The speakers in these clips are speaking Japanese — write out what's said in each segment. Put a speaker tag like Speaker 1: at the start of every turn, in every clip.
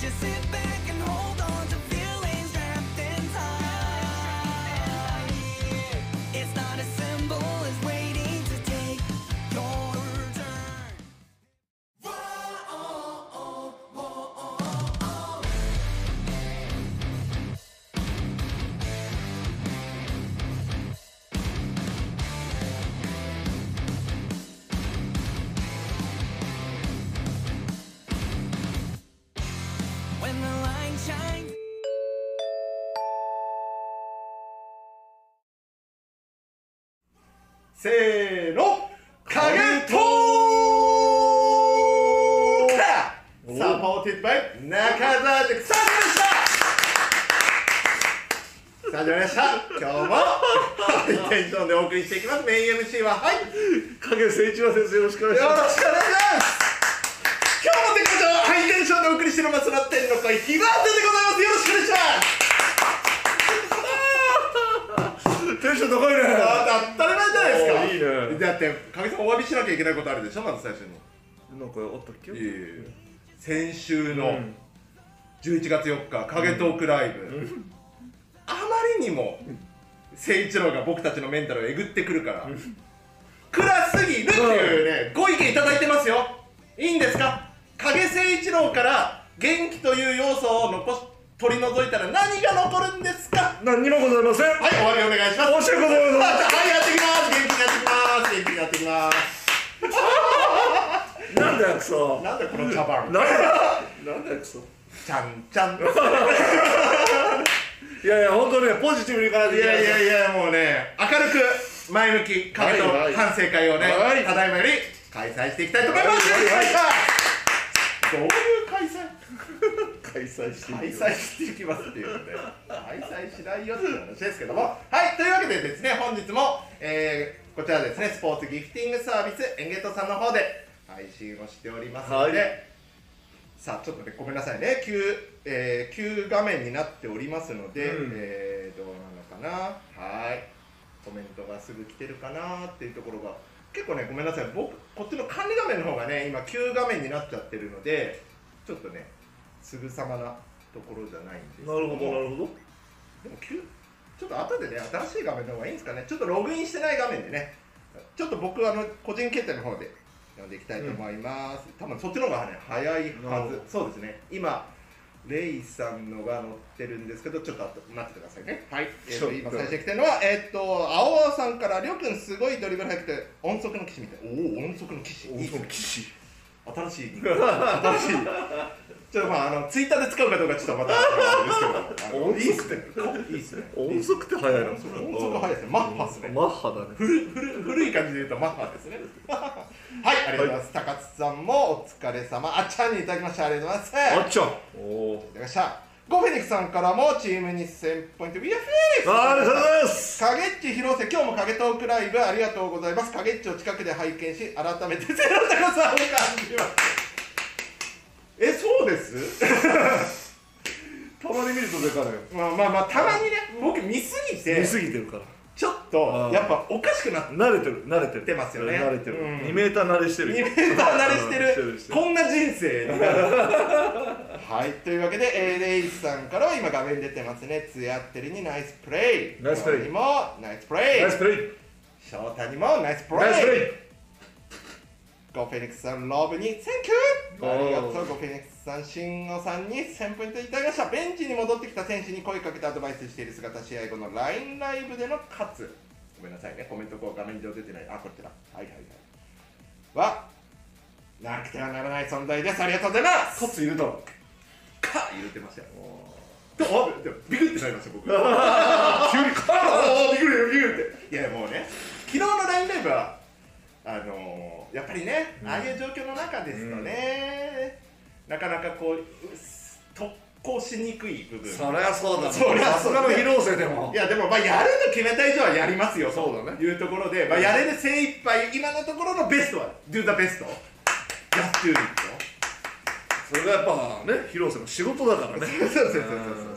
Speaker 1: Just sit back and hold on to feelings trapped in time. It's not as simple as waiting to take your turn.
Speaker 2: せーの影トークサポーティッドバイ中澤塾さんでしたさあ始まりました今日もハイテンションでお送りしていきますメイン MC ははいよろしく
Speaker 3: 影誠一郎ですよろしくお
Speaker 2: お
Speaker 3: 願いし
Speaker 2: 願い
Speaker 3: ま
Speaker 2: します今日もってことはハイテンションでお送りしておりますラッテンの会ひがてでございますよろしくお願いします
Speaker 3: すテンション高いね
Speaker 2: あ当たり前じゃないですか
Speaker 3: おーいいね
Speaker 2: だって影さんお詫びしなきゃいけないことあるでしょまず最初に
Speaker 3: なんかあったっけ
Speaker 2: いえいえ先週
Speaker 3: う
Speaker 2: の
Speaker 3: ん
Speaker 2: 11月4日「影トークライブ」あまりにも誠一郎が僕たちのメンタルをえぐってくるから暗すぎるっていうねご意見いただいてますよいいんですか影誠一郎から元気という要素を残し取り除いたら何が残るんですか
Speaker 3: 何にもございません
Speaker 2: はい終わりお願いします
Speaker 3: 申し訳ございま
Speaker 2: はいやってきます元気にやってきます元気にやってきます
Speaker 3: せんなんだよクソ
Speaker 2: なんだこの茶番
Speaker 3: なんだなんだよクソ
Speaker 2: ちゃんちゃん
Speaker 3: いやいや本当ねポジティブにいかないと
Speaker 2: い
Speaker 3: いけない
Speaker 2: やいやいやもうね明るく前向き影と
Speaker 3: はいはい
Speaker 2: 反省会をね、
Speaker 3: はい
Speaker 2: ただいまより開催していきたいと思います、
Speaker 3: はいはい
Speaker 2: どういう開催
Speaker 3: 開催して
Speaker 2: 開
Speaker 3: みよう
Speaker 2: 催していきますっていうので開催しないよっていう話ですけどもはいというわけでですね本日も、えーこちらですねスポーツギフティングサービスエンゲットさんの方で配信をしておりますので、
Speaker 3: は
Speaker 2: さあちょっとねごめんなさいね急、えー急画面になっておりますので、
Speaker 3: うん
Speaker 2: えーどうなのかなはいコメントがすぐ来てるかなっていうところが結構ねごめんなさい僕こっちの管理画面の方がね今急画面になっちゃってるのでちょっとねすぐさまなところじゃないんですけ
Speaker 3: なるほどな
Speaker 2: ど
Speaker 3: るほど
Speaker 2: でも急ちょっと後でね新しい画面の方がいいんですかねちょっとログインしてない画面でねちょっと僕あの個人携帯の方で読んでいきたいと思います、多分そっちの方がね早い
Speaker 3: なる
Speaker 2: は
Speaker 3: ほど
Speaker 2: ずそうですね今レイさんのが載ってるんですけど、ちょっと後待っててくださいね。はい。えーと
Speaker 3: ちょ
Speaker 2: 今
Speaker 3: っと
Speaker 2: 最初に来てるのは、えっ、と、青々さんから、りょうくんすごいドリブル入ってて、音速の騎士みたい。おお、音速の騎士。いいですね。
Speaker 3: 士
Speaker 2: 新しい新しいちょっとまああのツイッターで使うかどうかちょっとまたあれですけどあの
Speaker 3: 音速
Speaker 2: いいっすねいいっすね
Speaker 3: 音速って速いな
Speaker 2: 音速音速速いですねマッハっすね
Speaker 3: マッハだね
Speaker 2: 古い古い古い感じで言うとマッハですねはいありがとうございます、高津さんもお疲れ様あっちゃんにいただきましたありがとうございます
Speaker 3: あ
Speaker 2: あ
Speaker 3: っちゃんおお
Speaker 2: りがとうございましたゴフェニックさんからもチームに1000ポイントビアフェリックス
Speaker 3: ありがとうございます
Speaker 2: 影っち広瀬今日も影トークライブありがとうございます影っちを近くで拝見し改めてゼロ高さを感じますえそうです
Speaker 3: たまに見るとでかいよ
Speaker 2: まあまあまあたまにね僕見すぎて
Speaker 3: 見すぎてるから
Speaker 2: ちょっと
Speaker 3: うん
Speaker 2: やっぱおかしくなって
Speaker 3: 慣れてる慣れてる
Speaker 2: てますよね
Speaker 3: 慣れてる
Speaker 2: うん
Speaker 3: 2メーター慣れしてる
Speaker 2: 2メーター慣れして
Speaker 3: うん
Speaker 2: る
Speaker 3: してる
Speaker 2: こんな人生になるはいというわけで、えーレイスさんからは今画面出てますねツヤってるにナイスプレイ
Speaker 3: ナイスプレイ
Speaker 2: にもナイスプレイ
Speaker 3: ナイスプレイ
Speaker 2: 翔太にもナイスプレイ
Speaker 3: ナイスプレイ
Speaker 2: ゴフェニックスさん、ロブに、センキュ
Speaker 3: おー
Speaker 2: ーありがとう、ゴフェニックスさん、慎吾さんに1000ポイントいただきました。ベンチに戻ってきた選手に声かけてアドバイスしている姿、試合後の LINE ライブでの勝つ。ごめんなさいね、コメントこう画面上出てない。あ、こっちだ。はいはいはい。は、なくてはならない存在です。ありがとうございます。
Speaker 3: 勝ついるだろ
Speaker 2: か言ってましたよ。でもあでもビクってなりました、僕。
Speaker 3: 急にカ
Speaker 2: ああビクるビクるっていやもうね昨日の LINE ライブはあのー、やっぱりね、ああいう状況の中ですとね、なかなかこうう特攻しにくい部分
Speaker 3: そりゃそうだ
Speaker 2: そりゃそうだ
Speaker 3: さすがの広瀬でも
Speaker 2: いやでもまあやると決めた以上はやりますよ
Speaker 3: そうだね
Speaker 2: というところで、まあ、やれる精一杯今のところのベストは Do the best やってる
Speaker 3: それがやっぱね広瀬の仕事だ から ね
Speaker 2: そうそうそうそう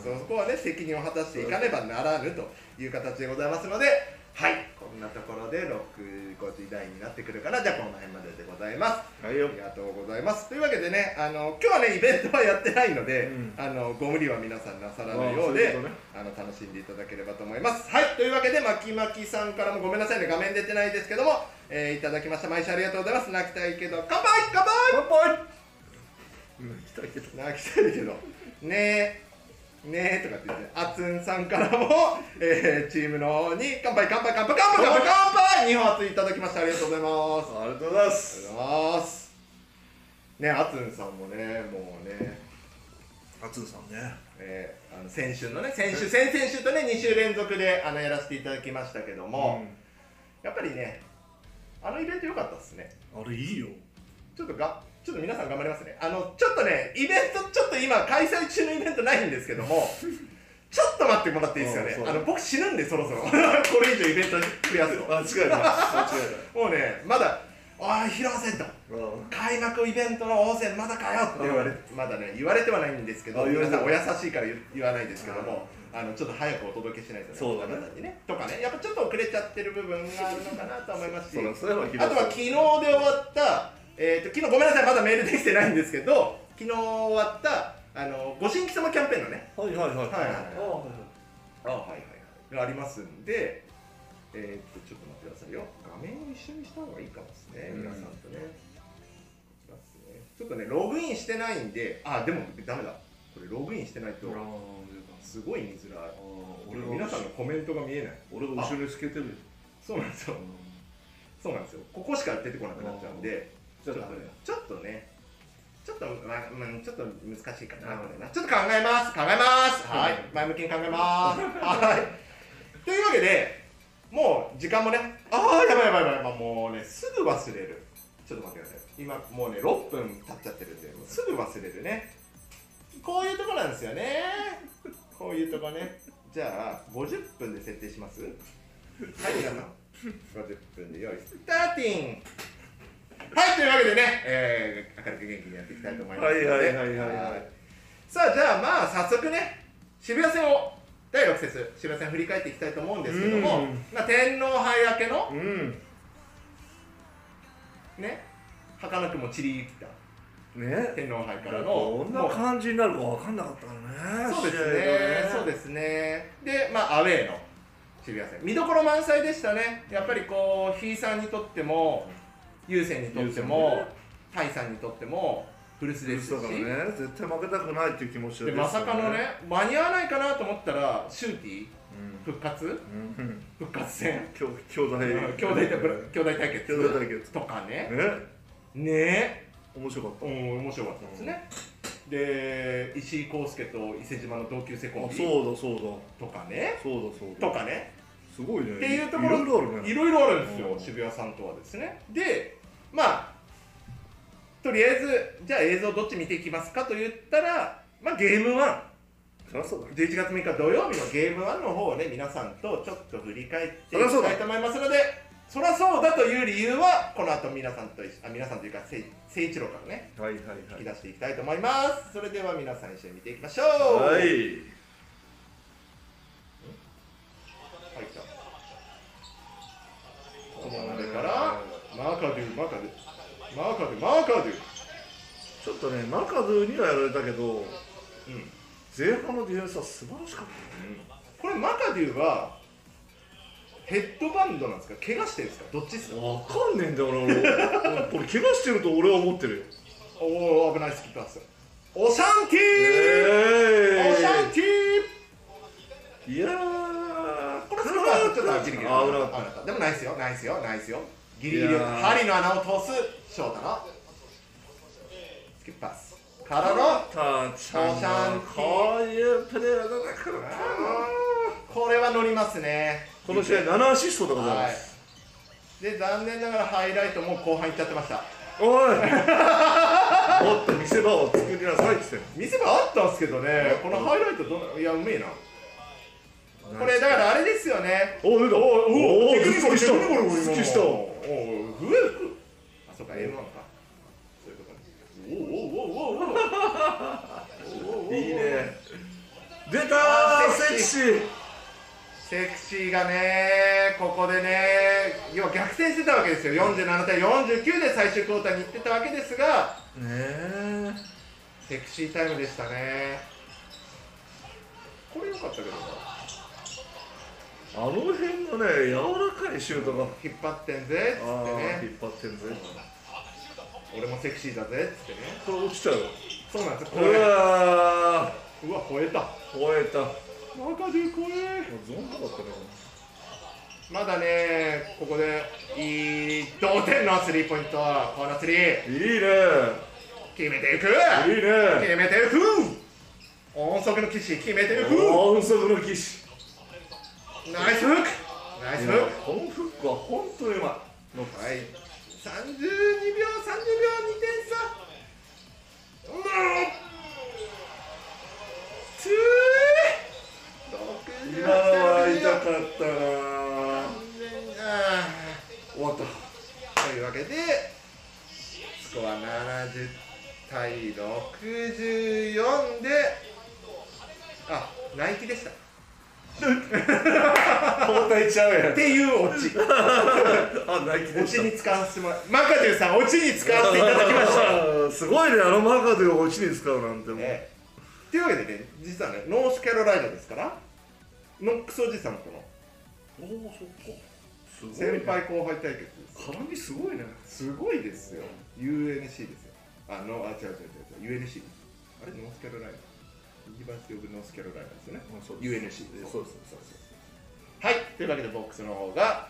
Speaker 2: そうそこはね責任を果たしていかねばならぬという形でございますのではいここんなところでロック50代になってくるからじゃあこの辺まででございます
Speaker 3: はいよ
Speaker 2: ありがとうございますというわけでねあの今日はねイベントはやってないので、
Speaker 3: うん
Speaker 2: あのご無理は皆さんなさら
Speaker 3: あ
Speaker 2: な
Speaker 3: あ
Speaker 2: いよう
Speaker 3: そういう
Speaker 2: で
Speaker 3: ことね
Speaker 2: あの楽しんでいただければと思いますはいというわけでまきまきさんからもごめんなさいね画面出てないですけども、えーいただきました毎週ありがとうございます泣きたいけど乾杯乾杯
Speaker 3: 乾杯うん行きたいけど
Speaker 2: 泣きたいけどねえねえとかって言ってあつんさんからも、えーチームの方に乾杯乾杯乾杯乾杯乾杯乾杯2発いただきましたありがとうございます
Speaker 3: ありがとうございま
Speaker 2: あり
Speaker 3: す
Speaker 2: がとうございますねあつんさんもねもうね
Speaker 3: あつさんね
Speaker 2: えーあの先週のね先週先々週とね2週連続であのやらせていただきましたけども、やっぱりねあのイベント良かったですね
Speaker 3: うんあれいいよ
Speaker 2: ちょっとがちょっと皆さん頑張りますねあのちょっとねイベントちょっと今開催中のイベントないんですけど もちょっと待ってもらっていいですか
Speaker 3: うんそう
Speaker 2: ね
Speaker 3: だ
Speaker 2: あ
Speaker 3: ね
Speaker 2: の僕死ぬんでそろそろ これ以上イベント増やすと
Speaker 3: 間違えた間違
Speaker 2: もうねまだ「ああ広瀬と
Speaker 3: えたうん
Speaker 2: 開幕イベントの応戦まだかよ」って言われてまだね言われてはないんですけど
Speaker 3: あ言わ
Speaker 2: 皆
Speaker 3: れて
Speaker 2: さ
Speaker 3: なんい
Speaker 2: お優しいから言言わないですけどもあのちょっと早くお届けしないとね
Speaker 3: そうだね
Speaker 2: 方々にねとかねやっぱちょっと遅れちゃってる部分があるのかなと思いますし
Speaker 3: そうだそれはひどい
Speaker 2: あとは昨日で終わった、えー、と昨日ごめんなさいまだメールできてないんですけど昨日終わったあのご新規様キャンペーンのね
Speaker 3: はいはいはいは
Speaker 2: は
Speaker 3: い
Speaker 2: い
Speaker 3: ああはいはい
Speaker 2: あはいはいはいありますんでえー、っとちょっと待ってくださいよ画面を一緒にした方がいいかもですね
Speaker 3: うん
Speaker 2: 皆さんとね,、ますねちょっとねログインしてないんであでもダメだこれログインしてないと
Speaker 3: 俺は
Speaker 2: すごい見づらい
Speaker 3: 俺が
Speaker 2: 皆さんのコメントが見えない
Speaker 3: 俺が後ろにつけてるよ
Speaker 2: そうなんですよそうなんですよここしか出てこなくなっちゃうんでち
Speaker 3: じ
Speaker 2: ょ
Speaker 3: ゃ
Speaker 2: っ
Speaker 3: あ
Speaker 2: と
Speaker 3: ダメだよ
Speaker 2: ちょっとね、ちょっと、まあ、うんちょっと難しいかな、これな。ちょっと考えます、考えます。はい、前向きに考えます。はい。というわけで、もう時間もね、ああ、やばいやばいやばいやばい、もうね、すぐ忘れる。ちょっと待ってください。今、もうね、6分経っちゃってるんで、もうすぐ忘れるね。こういうとこなんですよね。こういうとこね。じゃあ、50分で設定しますはい、皆さん。50分で用意、スターティンはい、というわけでね、えー、明るく元気にやっていきたいと思いますので。
Speaker 3: はいはいはいはいはい
Speaker 2: さあ、じゃあまあ早速ね、渋谷戦を、第6節、渋谷戦振り返っていきたいと思うんですけども
Speaker 3: うん、
Speaker 2: まあ、天皇杯明けの、
Speaker 3: うん
Speaker 2: ね、儚くも散りゆった
Speaker 3: ね
Speaker 2: 天皇杯からの、
Speaker 3: どんな
Speaker 2: もう
Speaker 3: 感じになるか分かんなかったからね
Speaker 2: そうですね、そうですね。で、まあ、アウェーの渋谷戦。見どころ満載でしたね。やっぱりこう、ひいさんにとっても、ゆうせんにとって
Speaker 3: 優先
Speaker 2: も
Speaker 3: ね、
Speaker 2: たいさんにとっても、古巣ですし、
Speaker 3: だからね絶対負けたくないっていう気持ち
Speaker 2: でまさかのね、間に合わないかなと思ったら、シューティー
Speaker 3: う
Speaker 2: 復活
Speaker 3: んうん
Speaker 2: 復活戦
Speaker 3: 兄兄弟
Speaker 2: 兄弟対ブラ兄弟対決
Speaker 3: 兄弟対決
Speaker 2: とかね
Speaker 3: ね
Speaker 2: ね
Speaker 3: 面白かった
Speaker 2: え、うん、面白かったですね、で石井康介と伊勢島の同級生コン
Speaker 3: あ
Speaker 2: ビ
Speaker 3: そうだそうだ
Speaker 2: とかね
Speaker 3: そうだそうだ
Speaker 2: とかね
Speaker 3: すごいね
Speaker 2: っていうところ
Speaker 3: いろいろある
Speaker 2: い
Speaker 3: ね
Speaker 2: ろいろあるんですよ、
Speaker 3: うん
Speaker 2: 渋谷さんとはですねでまあとりあえずじゃあ映像どっち見ていきますかと言ったらまあゲーム1
Speaker 3: そりゃそうだ
Speaker 2: 11月6日土曜日のゲーム1の方をね皆さんとちょっと振り返ってい
Speaker 3: そりゃそ
Speaker 2: き
Speaker 3: うだ
Speaker 2: たいと思いますのでそらそうだという理由はこの後皆さんと一緒あ皆さんというかせい誠一郎からね
Speaker 3: はいはいは
Speaker 2: 引き
Speaker 3: い
Speaker 2: 出していきたいと思いますそれでは皆さん一緒に見ていきましょう
Speaker 3: は
Speaker 2: 入っ
Speaker 3: い
Speaker 2: たこの鍋からマーカドゥマーカドゥマーカドゥマーカドゥ
Speaker 3: ちょっとねマカドゥにはやられたけど
Speaker 2: うん、うん、
Speaker 3: 前半のディフェンスは素晴らしかった
Speaker 2: これマーカドゥはヘッドバンドなんですか怪我してるんですかどっちですか
Speaker 3: わかんねえんだよ な俺うんこれ怪我してると俺は思ってるよ
Speaker 2: おお危ないスキップパスオシャンティー、
Speaker 3: え
Speaker 2: オシャンティ
Speaker 3: ーいやー
Speaker 2: これすごかったちょっと
Speaker 3: あ
Speaker 2: あっちに
Speaker 3: 危なかった
Speaker 2: でもナイスよナイスよナイスよギリギ
Speaker 3: い
Speaker 2: リ
Speaker 3: やー
Speaker 2: 針の穴を通す翔太のスキップパスからの
Speaker 3: たーちゃんはこういうプレーヤーだからな
Speaker 2: これは乗りますね
Speaker 3: この試合7アシストでございま
Speaker 2: は
Speaker 3: す、
Speaker 2: いで残念ながらハイライトもう後半いっちゃってました
Speaker 3: おいもっと見せ場を作りなさいって
Speaker 2: 見
Speaker 3: 言っ
Speaker 2: せ場あったんですけどねこのハイライトどんいやうめえな
Speaker 3: てん
Speaker 2: これだからあれですよね
Speaker 3: おお出たおおお
Speaker 2: テクニ
Speaker 3: 突
Speaker 2: コル
Speaker 3: きした
Speaker 2: テクニコル
Speaker 3: 突きした
Speaker 2: おおグエフあそうか M1 かそういうことねおおおおおおおおおお
Speaker 3: いいね出た
Speaker 2: あ
Speaker 3: ー
Speaker 2: ーセク
Speaker 3: セクシ
Speaker 2: シ
Speaker 3: ー
Speaker 2: セクシーがねここでね要は逆転してたわけですよ47対49で最終クォーターに行ってたわけですが
Speaker 3: え
Speaker 2: セクシータイムでしたねこれ良かったけどな
Speaker 3: あの辺のね柔らかいシュートが
Speaker 2: 引っ張ってんぜっつ
Speaker 3: あ
Speaker 2: って
Speaker 3: あ
Speaker 2: ね
Speaker 3: 引っ張ってんぜ
Speaker 2: 俺もセクシーだぜっつってね
Speaker 3: これ落ちちゃうよ
Speaker 2: そうなんですよこ
Speaker 3: う
Speaker 2: れ
Speaker 3: わ
Speaker 2: うわ超えた
Speaker 3: ー超えたもう
Speaker 2: 中で超え
Speaker 3: ゾーンだったね
Speaker 2: まだねここでいい同点のスリーポイントコーナースリー
Speaker 3: いいね
Speaker 2: 決めていく
Speaker 3: いいね
Speaker 2: 決めてるふう音速の騎士決めてるふう
Speaker 3: 音速の騎士
Speaker 2: ナイスフックナイ
Speaker 3: い
Speaker 2: ス
Speaker 3: や
Speaker 2: フック
Speaker 3: このフックは本当にうまいの
Speaker 2: はい32秒30秒2点差うまっつー
Speaker 3: 今は痛か
Speaker 2: 完
Speaker 3: ったな
Speaker 2: 全にあ
Speaker 3: 終わった
Speaker 2: ーというわけでスコア70対64であナイキでした
Speaker 3: 交代ちゃうやん
Speaker 2: っていうオチ
Speaker 3: あナイキ
Speaker 2: オ
Speaker 3: でし
Speaker 2: チ
Speaker 3: た
Speaker 2: に使わせてもらマカデュさんオチに使わせていただきました
Speaker 3: たすごいねあのマーカーで落ちに使うなんてもう、
Speaker 2: ねというわけでね実はねノースカロライナですからノックスおじさんとの
Speaker 3: おおそこすごい、ね、
Speaker 2: 先輩後輩対決です
Speaker 3: 絡みすごいね
Speaker 2: すごいですよ UNC ですよあのあ違う違う違う違う UNC ですあれノースカロライナ一番強くノースカロライナですよね
Speaker 3: あそうです
Speaker 2: UNC です
Speaker 3: そうですそう
Speaker 2: はいというわけでボックスの方が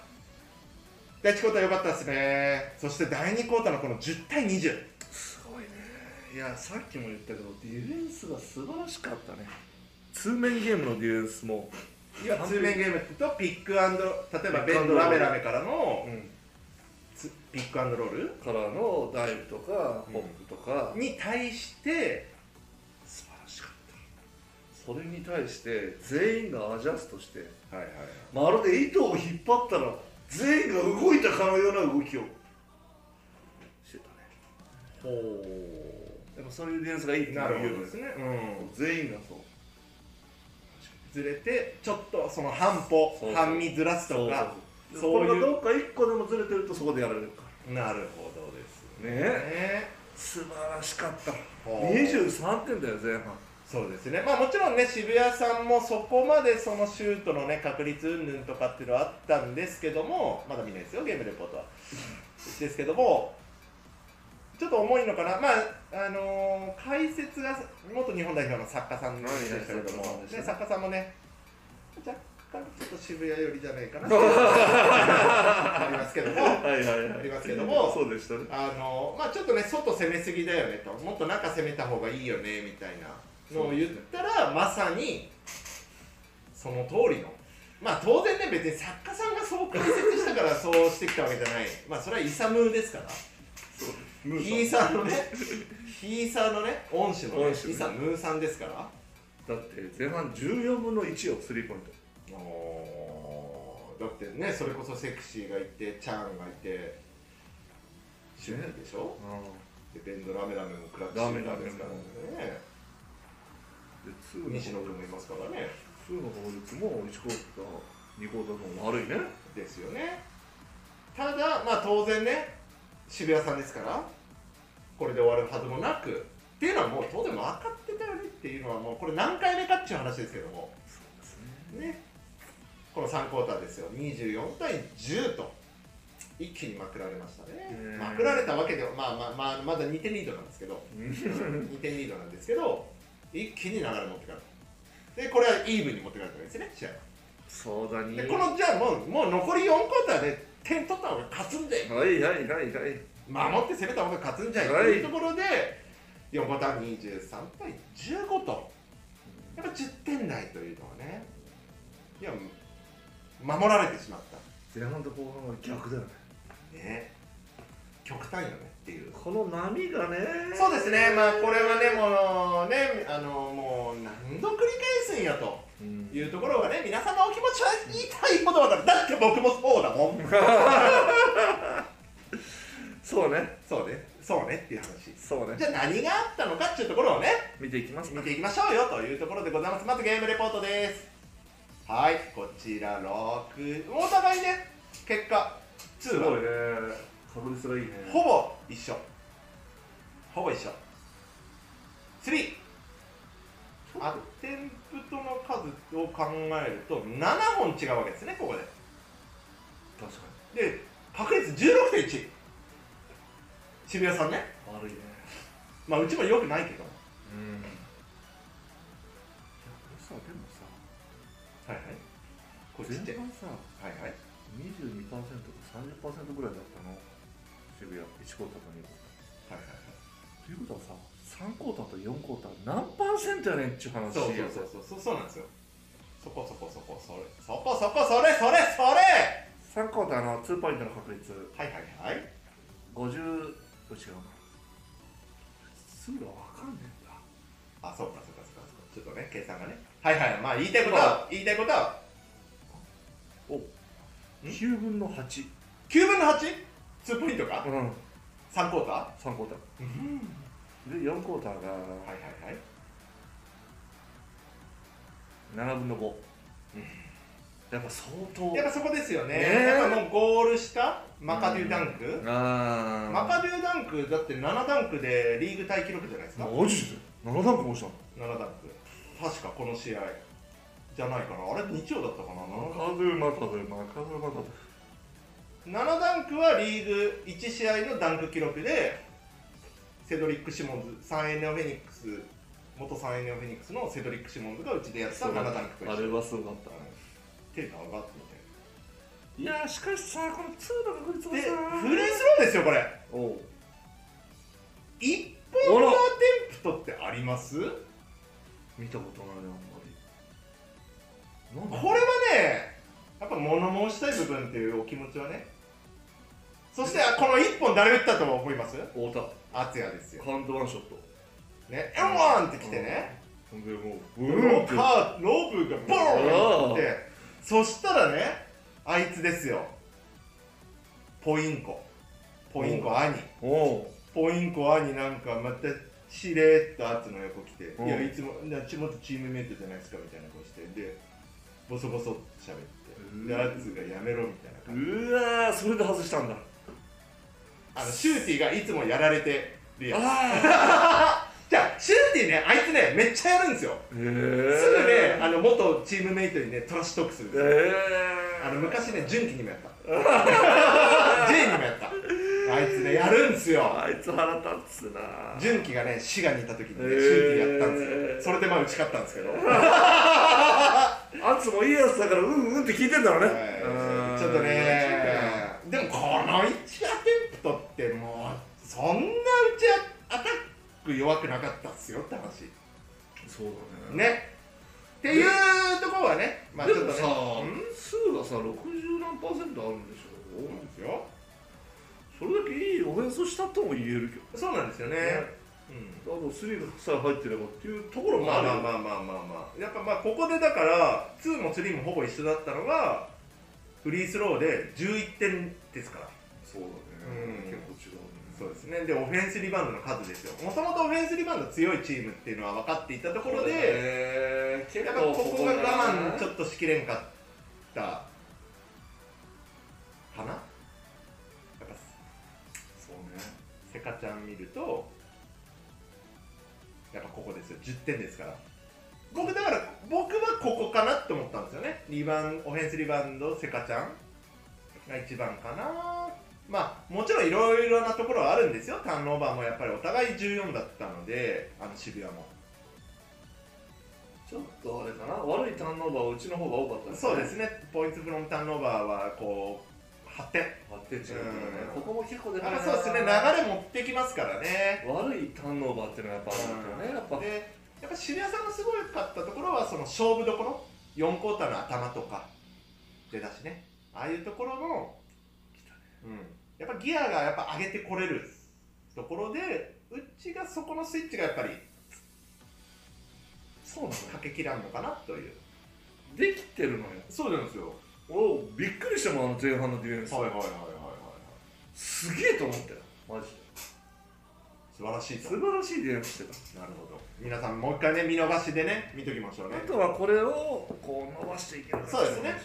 Speaker 2: 第1クォーター良かったですねそして第2クォーターのこの10対20
Speaker 3: すごいねいやさっきも言ったけどディフェンスが素晴らしかったね通面ゲームのディフェンスも
Speaker 2: いや
Speaker 3: 完
Speaker 2: 通
Speaker 3: 璧
Speaker 2: 面ゲームって言うとピックアンド例えば
Speaker 3: ピック
Speaker 2: ベ
Speaker 3: アン
Speaker 2: ン
Speaker 3: ド
Speaker 2: ド
Speaker 3: ロー
Speaker 2: ラ
Speaker 3: ル
Speaker 2: メラメからの
Speaker 3: ん
Speaker 2: つピックアンドロール
Speaker 3: からのダイブとか
Speaker 2: うん
Speaker 3: ホップとか、
Speaker 2: に対して
Speaker 3: 素晴らしかったそれに対して全員がアジャストして
Speaker 2: はいはいはい
Speaker 3: まるで糸を引っ張ったら全員が動いたかのような動きをしてたね
Speaker 2: ほ
Speaker 3: やっぱそういうディフェンスがいいって
Speaker 2: なるほ
Speaker 3: 言う
Speaker 2: ど
Speaker 3: よ
Speaker 2: です
Speaker 3: ね
Speaker 2: ね、うん、
Speaker 3: 全員がそう
Speaker 2: ずれてちょっとその半歩
Speaker 3: そう
Speaker 2: 半身ずらすとか
Speaker 3: そう
Speaker 2: そう
Speaker 3: これ
Speaker 2: い
Speaker 3: が
Speaker 2: う
Speaker 3: どっか一個でもずれてるとそこでやられるか
Speaker 2: なるほどです
Speaker 3: ら
Speaker 2: ね
Speaker 3: ね素晴らしかった
Speaker 2: ほう
Speaker 3: 23点だよ前半
Speaker 2: そうですねまあもちろんね渋谷さんもそこまでそのシュートのね確率云々とかっていうのはあったんですけどもまだ見ないですよゲームレポートはですけどもちょっと重いのかな、まああのー解説が元日本代表の作家さんでしたけども、
Speaker 3: はいはい
Speaker 2: ね、作家さんもね、若干ちょっと渋谷寄りじゃない かなありますけども、
Speaker 3: はいはいはい
Speaker 2: ありますけども
Speaker 3: そうでしたね
Speaker 2: あのまあ、ちょっとね、外攻めすぎだよねと、もっと中攻めた方がいいよねみたいなのを言ったら、まさにその通りの、まあ当然ね、別に作家さんがそう解説した からそうしてきたわけじゃない、まあそれはイサムーですから、
Speaker 3: ム
Speaker 2: ヒ
Speaker 3: ー
Speaker 2: ーさんのね、ヒーさんのね、恩師のね、
Speaker 3: 恩師ね
Speaker 2: イサムーさんですから。
Speaker 3: さんだって前半14分の1をスリーポイント
Speaker 2: おーだってね、それこそセクシーがいて、チャーンがいて、シュウでしょでベンドラメラメもクラッチシューターですからね
Speaker 3: でツーの
Speaker 2: 西野君もいますからね
Speaker 3: ツーの効率も1コート2コートも悪いね
Speaker 2: ですよねただまあ当然ね渋谷さんですからこれで終わるはずもなくっていうのはもう当然分かってたよねっていうのはもうこれ何回目かっていう話ですけども
Speaker 3: そうですね
Speaker 2: ねこの3クォーターですよ24対10と一気にまくられましたね
Speaker 3: うん
Speaker 2: まくられたわけではまあまあまあまだ2点リードなんですけど2点リードなんですけど一気に流れ持ってかれたでこれはイーブンに持ってかれたわけですね試合は
Speaker 3: そうだに
Speaker 2: でこのじゃあもうもう残り4クォーターで点取った方が勝つんで
Speaker 3: はいはいはいはい
Speaker 2: 守って攻めた方が勝つんじゃいと
Speaker 3: はい
Speaker 2: いうところで4クォーター23対15とやっぱ10点台というのはねいや守られてしまっ
Speaker 3: 前半と後半は逆だよね
Speaker 2: たね極端よねっていう
Speaker 3: この波がね
Speaker 2: そうですねまあこれはねもうねあのもう何度繰り返すんやと
Speaker 3: うん
Speaker 2: いうところがね皆様お気持ちは言いたいことだからだって僕もそうだもん
Speaker 3: そうね
Speaker 2: そうねそうねっていう話
Speaker 3: そうね
Speaker 2: じゃあ何があったのかっていうところをね
Speaker 3: 見ていきますか
Speaker 2: 見ていきましょうよというところでございますまずゲームレポートですはいこちら6お互いね結果
Speaker 3: す
Speaker 2: 2
Speaker 3: ごい
Speaker 2: は
Speaker 3: ねサブレスがいいね
Speaker 2: ほぼ一緒ほぼ一緒3アテンプトの数を考えると7本違うわけですねここで
Speaker 3: 確か
Speaker 2: で確率16.1渋谷さんね
Speaker 3: に悪いね
Speaker 2: まあうちもよくないけど
Speaker 3: うんいやこれさでもさ
Speaker 2: はいはいこっち
Speaker 3: 前
Speaker 2: ってはい
Speaker 3: 半さ
Speaker 2: はい
Speaker 3: 22%とか30%ぐらいだったの渋谷1クォーターと2クォ
Speaker 2: は
Speaker 3: ー
Speaker 2: いはい
Speaker 3: ターということはさ3クォーターと4クォーター何パーセントやねんっちゅう話
Speaker 2: そう
Speaker 3: や
Speaker 2: そうそうそうそうそうなんですよそこそこそこそれそこそこそれそれそれ
Speaker 3: 3クォーターの2ポイントの確率
Speaker 2: はいはいはい
Speaker 3: 50違うな数が分かんねえんだ
Speaker 2: あそうかそうかそうかそうかちょっとね計算がねはいはいまあ言いたいことは言いたいことは
Speaker 3: お9分の8
Speaker 2: 9分の 8?2 ポイントか
Speaker 3: うん
Speaker 2: 3クォーターは
Speaker 3: 3クォーターで4クォーターが
Speaker 2: いはいはい
Speaker 3: 7分の5やっぱ相当
Speaker 2: やっぱそこですよね、
Speaker 3: ねえ
Speaker 2: やっぱもうゴールしたマカデュダンク、
Speaker 3: ああ
Speaker 2: マカデュダンクだって7ダンクでリーグタイ記録じゃないですか、
Speaker 3: マジで7段も落ちたの
Speaker 2: 7ダンク確かこの試合じゃないかなあれ日曜だったかな
Speaker 3: マ
Speaker 2: 7
Speaker 3: カズマカズマカズマカズ
Speaker 2: ダンダンクはリーグ1試合のダンク記録でセドリック・シモンズサンエネオ・フェニックス元サンエネオ・フェニックスのセドリック・シモンズがうちでやった7ダンクと
Speaker 3: あ
Speaker 2: 一
Speaker 3: れ
Speaker 2: 緒
Speaker 3: はすごかった
Speaker 2: 手が上がってみたい
Speaker 3: いやーしかしさこの2の確率
Speaker 2: で
Speaker 3: はさ
Speaker 2: フリースローですよこれ
Speaker 3: おう
Speaker 2: 一本のアテンプトってあります
Speaker 3: 見たことないよあんまりなん
Speaker 2: こ
Speaker 3: だ
Speaker 2: れはねやっぱ物申したい部分っていうお気持ちはねそしてあこの1本誰打ったと思います
Speaker 3: 太田
Speaker 2: 敦也ですよ
Speaker 3: カウントワンショット
Speaker 2: ねエンワンって来てね
Speaker 3: ほんでもう
Speaker 2: ロ
Speaker 3: ブーンって
Speaker 2: カーローブがボーンって来てそしたらねあいつですよポインコポインコ兄
Speaker 3: おう
Speaker 2: ポインコ兄なんかまたしれっと敦の横来て「
Speaker 3: うん
Speaker 2: いやいつもなちもっとチームメイトじゃないですか」みたいな顔してでボソボソ喋っ
Speaker 3: うん
Speaker 2: てで敦が「やめろ」みたいな感じ
Speaker 3: うわーそれで外したんだ
Speaker 2: あのシューティーがいつもやられてるやつ
Speaker 3: ああ
Speaker 2: じゃあシューティーねあいつねめっちゃやるんですよ、
Speaker 3: へえ
Speaker 2: すぐねあの元チームメイトにねトラッシュトークするんですよ、
Speaker 3: え
Speaker 2: あの昔ね純喜にもやった J にもやったあいつねやるんですよ
Speaker 3: あいつ腹立つな
Speaker 2: 純喜がね滋賀にいた時にね、
Speaker 3: へー
Speaker 2: シューティーやったんですよそれでまあ打ち勝ったんです けど、
Speaker 3: あつもいいやつだからうんうんって聞いてんだろうね、
Speaker 2: はいちょっとねでもこの1アテンプトってもうそんなうちアタック弱くなかったっすよって話
Speaker 3: そうだね
Speaker 2: ねっていうところはねまあち
Speaker 3: で
Speaker 2: ょっと
Speaker 3: も
Speaker 2: ね
Speaker 3: さ、
Speaker 2: うん
Speaker 3: 数がさ60何パーセントあるんでし
Speaker 2: そうなん
Speaker 3: ょ
Speaker 2: ですよ
Speaker 3: それだけいいオフェンスをしたとも言えるけ
Speaker 2: そうなんですよね
Speaker 3: どあとスリーがさえ入ってればっていうところ
Speaker 2: うん、
Speaker 3: も
Speaker 2: ま
Speaker 3: あ
Speaker 2: あ
Speaker 3: るよ、
Speaker 2: まあまあまあまあまあやっぱまあここでだから2も3もほぼ一緒だったのがフリースローで11点ですから
Speaker 3: そうだね、
Speaker 2: うん
Speaker 3: 結構違うね
Speaker 2: そうですねでオフェンスリバウンドの数ですよもともとオフェンスリバウンド強いチームっていうのは分かっていたところで、
Speaker 3: え
Speaker 2: やっぱここが我慢ちょ
Speaker 3: っ
Speaker 2: っとしきれんかったかなやっぱ
Speaker 3: そうね
Speaker 2: セカちゃん見るとやっぱここですよ10点ですから僕だから僕はここかなって思ったんですよねリバウンオフェンスリバウンドセカちゃんが一番かなまあもちろんいろいろなところはあるんですよターンオーバーもやっぱりお互い14だったのであの渋谷も
Speaker 3: ちょっとあれかな悪いターンオーバーはうちの方が多かった
Speaker 2: そうですねポイントフロムターンオーバーはこう8点
Speaker 3: 割って違うけどね
Speaker 2: うん
Speaker 3: ここも結構で
Speaker 2: あ
Speaker 3: いな
Speaker 2: そうですね流れ持ってきますからね
Speaker 3: 悪いターンオーバーっていうのはやっぱあるんだよねやっぱ
Speaker 2: でやっぱ渋谷さんのすごかったところはその勝負どころ4クォーターの頭とか出だしねああいうところの、うん、やっぱギアがやっぱ上げてこれるところでうちがそこのスイッチがやっぱり
Speaker 3: そうなの
Speaker 2: かけきらんのかなという
Speaker 3: できてるのよ
Speaker 2: そうなんですよ
Speaker 3: おびっくりしたもんあの前半のディフェンス、
Speaker 2: はいはいはいはいはいはい
Speaker 3: すげえと思ったよマジで
Speaker 2: 素晴らしいと
Speaker 3: 素晴らしいディフェンスしてた
Speaker 2: なるほど皆さんもう一回ね見逃しでね見ときましょうね
Speaker 3: あとはこれをこう伸ばしていけるか
Speaker 2: そうですね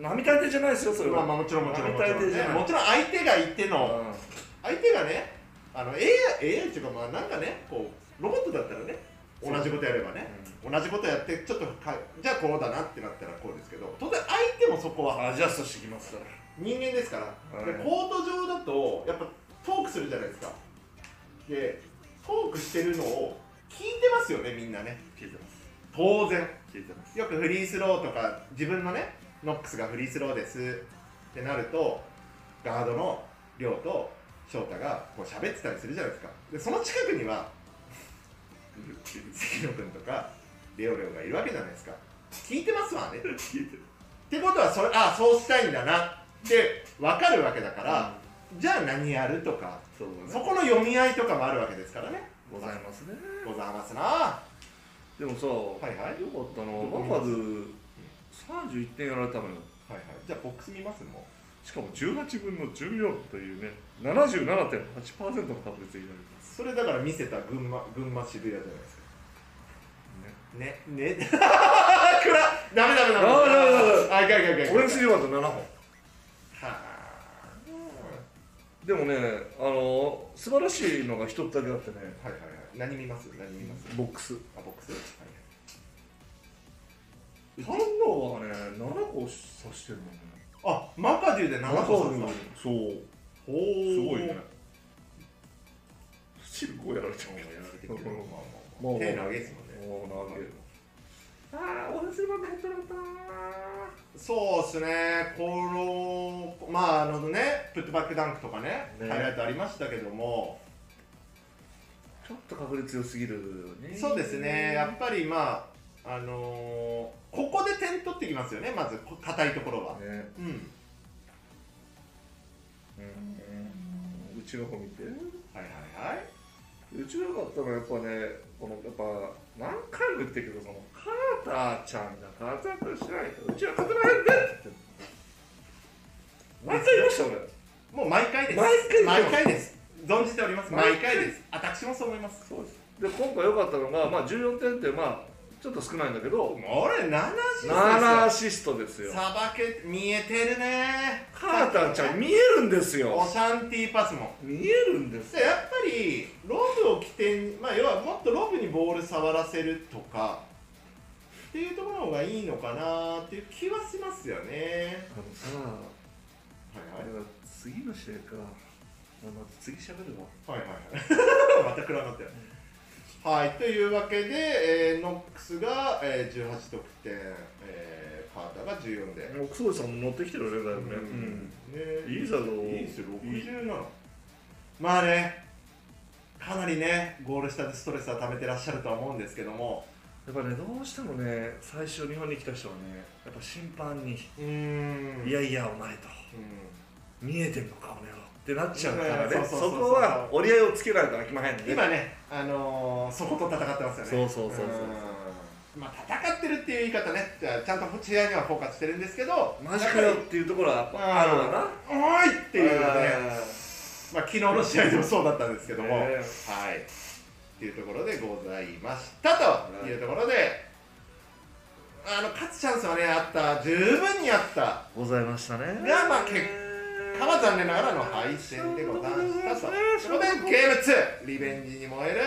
Speaker 3: 並大抵じゃないですよそれ
Speaker 2: まあ
Speaker 3: は、
Speaker 2: まあもちろんもちろんもちろん、
Speaker 3: 並大抵じゃない
Speaker 2: もちろん相手がいての、
Speaker 3: うん
Speaker 2: 相手がねあの AI, AI っていうかまあなんかねこうロボットだったらね同じことやればね、同じことやってちょっとかじゃあこうだなってなったらこうですけど当然相手もそこは
Speaker 3: アジャストしてきますから
Speaker 2: 人間ですから、
Speaker 3: はい
Speaker 2: でコート上だとやっぱトークするじゃないですかでトークしてるのを聞いてますよねみんなね
Speaker 3: 聞いてます
Speaker 2: 当然
Speaker 3: 聞いてます
Speaker 2: よくフリースローとか自分のねノックスがフリースローですってなるとガードの亮と翔太がこう喋ってたりするじゃないですかでその近くには関野君とかレオレオがいるわけじゃないですか聞いてますわね
Speaker 3: 聞いて
Speaker 2: っ
Speaker 3: る
Speaker 2: てことはそれあそうしたいんだなって分かるわけだから、じゃあ何やるとか
Speaker 3: そう
Speaker 2: そ
Speaker 3: だね
Speaker 2: この読み合いとかもあるわけですからね
Speaker 3: ございますね
Speaker 2: ございますな
Speaker 3: でもさ、はい
Speaker 2: はい
Speaker 3: よかったな
Speaker 2: どこ
Speaker 3: バ
Speaker 2: 見
Speaker 3: フ
Speaker 2: ま
Speaker 3: ァーズ31点やられたのよ
Speaker 2: はいはいじゃあボックス見ますも
Speaker 3: しかも18分の14というね77.8%の確率でいられます
Speaker 2: それだから見せた群馬群馬渋谷じゃないですか
Speaker 3: ね
Speaker 2: ね、ね、 暗っダメダメダメ
Speaker 3: あダメ
Speaker 2: あ、いかいかいかいか
Speaker 3: オレンジリバーと7本
Speaker 2: は
Speaker 3: でもねあの素晴らしいのが一つだけあってね
Speaker 2: あはいはいはい何見ます何見ます
Speaker 3: ボックス
Speaker 2: あ、ボックスはい
Speaker 3: 反応はね7個刺してるのね
Speaker 2: はいあ、マカデューで7個刺すの
Speaker 3: そう
Speaker 2: ほー
Speaker 3: すごいねチル5やられちゃう
Speaker 2: もうやられてきて
Speaker 3: ま
Speaker 2: る
Speaker 3: あ
Speaker 2: まあまあ手投げ
Speaker 3: げ
Speaker 2: っすもんね
Speaker 3: もう投げああオレンジリバーが入ってなかった
Speaker 2: そうっすね、この、まああのね、プットバックダンクとかね、
Speaker 3: ね
Speaker 2: ハイライトありましたけども、
Speaker 3: ちょっと確率強すぎるね
Speaker 2: そうですね、やっぱりまあ、あのー、ここで点取ってきますよね、まずこ硬いところは。
Speaker 3: ね
Speaker 2: うん、
Speaker 3: うんうちの子見て
Speaker 2: はいはいはいう
Speaker 3: ちの子だったのはやっぱねこのやっぱ何回も言ってるけどそのカーターちゃんが活躍しないとうちは勝てないんだって何回言いました俺
Speaker 2: もう毎回です。
Speaker 3: 毎回です
Speaker 2: 毎回です。存じております。
Speaker 3: 毎
Speaker 2: 毎
Speaker 3: 回
Speaker 2: 回です。私もそう思います。
Speaker 3: そうですで今回良かったのが、まあ、14点ってまあちょっと少ないんだけど
Speaker 2: 俺、7シ
Speaker 3: 7ア
Speaker 2: ー
Speaker 3: シストです
Speaker 2: ズ
Speaker 3: よ
Speaker 2: さばけ、見えてるね。
Speaker 3: カーターちゃん見えるんですよ
Speaker 2: オシャンティーパスも。
Speaker 3: 見えるんです
Speaker 2: でやっぱり、ロブを起点に、まあ、要はもっとロブにボール触らせるとか、っていうところの方がいいのかなっていう気はしますよね。
Speaker 3: あのさあ
Speaker 2: は
Speaker 3: れは次の試合かあまた次喋るわ
Speaker 2: はいはいはい また暗くなったよはいというわけで、えーノックスが、えー18得点、えーカーターが14で、
Speaker 3: 奥総司さんも乗ってきてるよねだいぶね、
Speaker 2: ね
Speaker 3: いいだろう
Speaker 2: いいですよ60なのまあねかなりねゴール下でストレスは溜めてらっしゃるとは思うんですけども
Speaker 3: やっぱねどうしてもね最初日本に来た人はねやっぱ審判に、
Speaker 2: うーん
Speaker 3: いやいやお前と
Speaker 2: うん
Speaker 3: 見えてんのか俺はってなっちゃうからね
Speaker 2: うん
Speaker 3: そ
Speaker 2: そうそうそうそう
Speaker 3: こは折り合いをつけないとあきまへんね
Speaker 2: 今ね、あのーそこと戦ってますよね
Speaker 3: そうそうそうそう
Speaker 2: うんまあ戦ってるっていう言い方ねじゃあちゃんと試合にはフォーカスしてるんですけど
Speaker 3: マジかよっていうところはやっぱあるわなっ
Speaker 2: おーいって
Speaker 3: て
Speaker 2: い
Speaker 3: いう
Speaker 2: ね
Speaker 3: うね、
Speaker 2: まあ、昨日の試合でもそうだったんですけども、
Speaker 3: ね
Speaker 2: はいっていうところでございましたというところで、あの勝つチャンスはねあった十分にあった
Speaker 3: ございましたね
Speaker 2: がまあ結果は残念ながらの敗戦でございましたとそこでゲーム2リベンジに燃える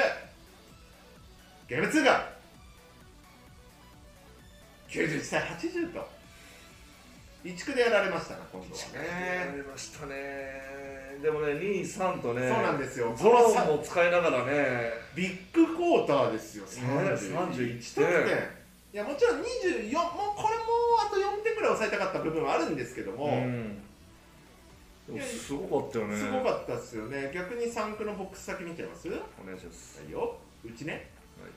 Speaker 2: ゲーム2が91対80と1区でやられましたな今度は
Speaker 3: や
Speaker 2: ね
Speaker 3: りましたねでもね23とね
Speaker 2: そうなんですよ
Speaker 3: ゾロンも使いながらね
Speaker 2: ビッグクォーターですよ、
Speaker 3: 31
Speaker 2: 31得点。いやもちろん24、もうこれもあと4点ぐらい抑えたかった部分はあるんですけども、
Speaker 3: うんでもすごかったよね
Speaker 2: すごかったですよね、逆に3区のボックス先見ちゃいますは
Speaker 3: お願いします
Speaker 2: いよ、うちね、
Speaker 3: はい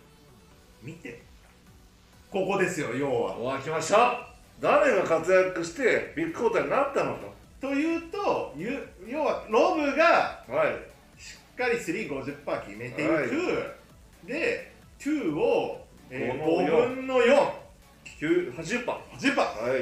Speaker 2: 見て、ここですよ、要は。
Speaker 3: おー来ました誰が活躍してビッグコーターになったのか
Speaker 2: というと、ゆ要はロブが
Speaker 3: はい
Speaker 2: しっかり350%決めていく、
Speaker 3: はい
Speaker 2: で、2を、えー、5
Speaker 3: 5
Speaker 2: 分の4、
Speaker 3: 9 80パ
Speaker 2: 10%。
Speaker 3: ーはい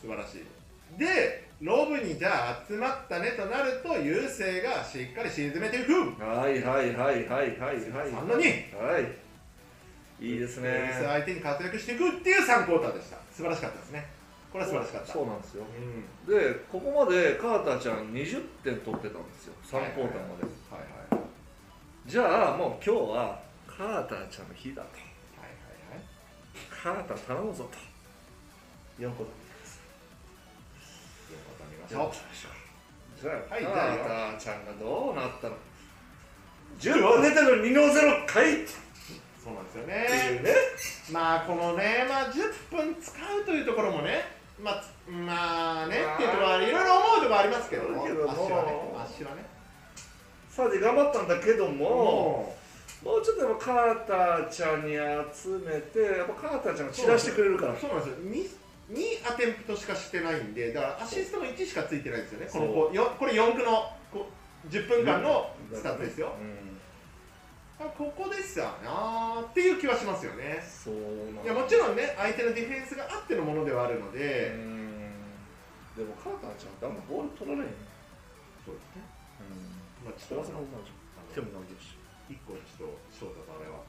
Speaker 2: 素晴らしいでロブにじゃあ集まったねとなると優勢がしっかり沈めていく
Speaker 3: はいはいはいはいはいはい
Speaker 2: 3の2
Speaker 3: はいいいですね
Speaker 2: 優勢相手に活躍していくっていう3クォーターでした素晴らしかったですねこれは素晴らしかった
Speaker 3: そうなんですよ
Speaker 2: うん
Speaker 3: でここまでカーターちゃん20点取ってたんですよ
Speaker 2: はい
Speaker 3: 3クォーターまで、
Speaker 2: はいはい
Speaker 3: じゃあもう今日はカーターちゃんの日だと
Speaker 2: はいはいはい
Speaker 3: カーター頼むぞと
Speaker 2: 4個だ4個見まし
Speaker 3: よ
Speaker 2: ょ
Speaker 3: っじゃあ、
Speaker 2: はい
Speaker 3: カ
Speaker 2: じ
Speaker 3: ータ
Speaker 2: ゃ
Speaker 3: ーちゃんがどうなったの10本出たの2の0回っていう
Speaker 2: そうなんですよね
Speaker 3: うね
Speaker 2: まあこのね、まあ、10分使うというところもね、まあ、つまあねっていうところはいろいろ思うところありますけども、
Speaker 3: けども
Speaker 2: 足はね、足はね、
Speaker 3: さて頑張ったんだけども
Speaker 2: も
Speaker 3: もうちょっとやっぱカーターちゃんに集めてやっぱカーターちゃんが散らしてくれるから
Speaker 2: う、そうなんですよ2、2アテンプトしかしてないんで、だからアシストも1しかついてないんですよね、この
Speaker 3: そう
Speaker 2: こうよこれ4区のこう10分間のスタートですよ、
Speaker 3: うん
Speaker 2: あここですよなーっていう気はしますよね。
Speaker 3: そうな
Speaker 2: い
Speaker 3: ん
Speaker 2: やもちろんね、相手のディフェンスがあってのものではあるの
Speaker 3: う
Speaker 2: で、
Speaker 3: んでもカーターちゃんってあんまボール取らないよね
Speaker 2: そうですね、ま
Speaker 3: うん
Speaker 2: あ、ち
Speaker 3: 飛
Speaker 2: ょっ
Speaker 3: ば
Speaker 2: と
Speaker 3: せなくなるじゃん手も投げるし
Speaker 2: 1個、ちょっとショートのあれはあっ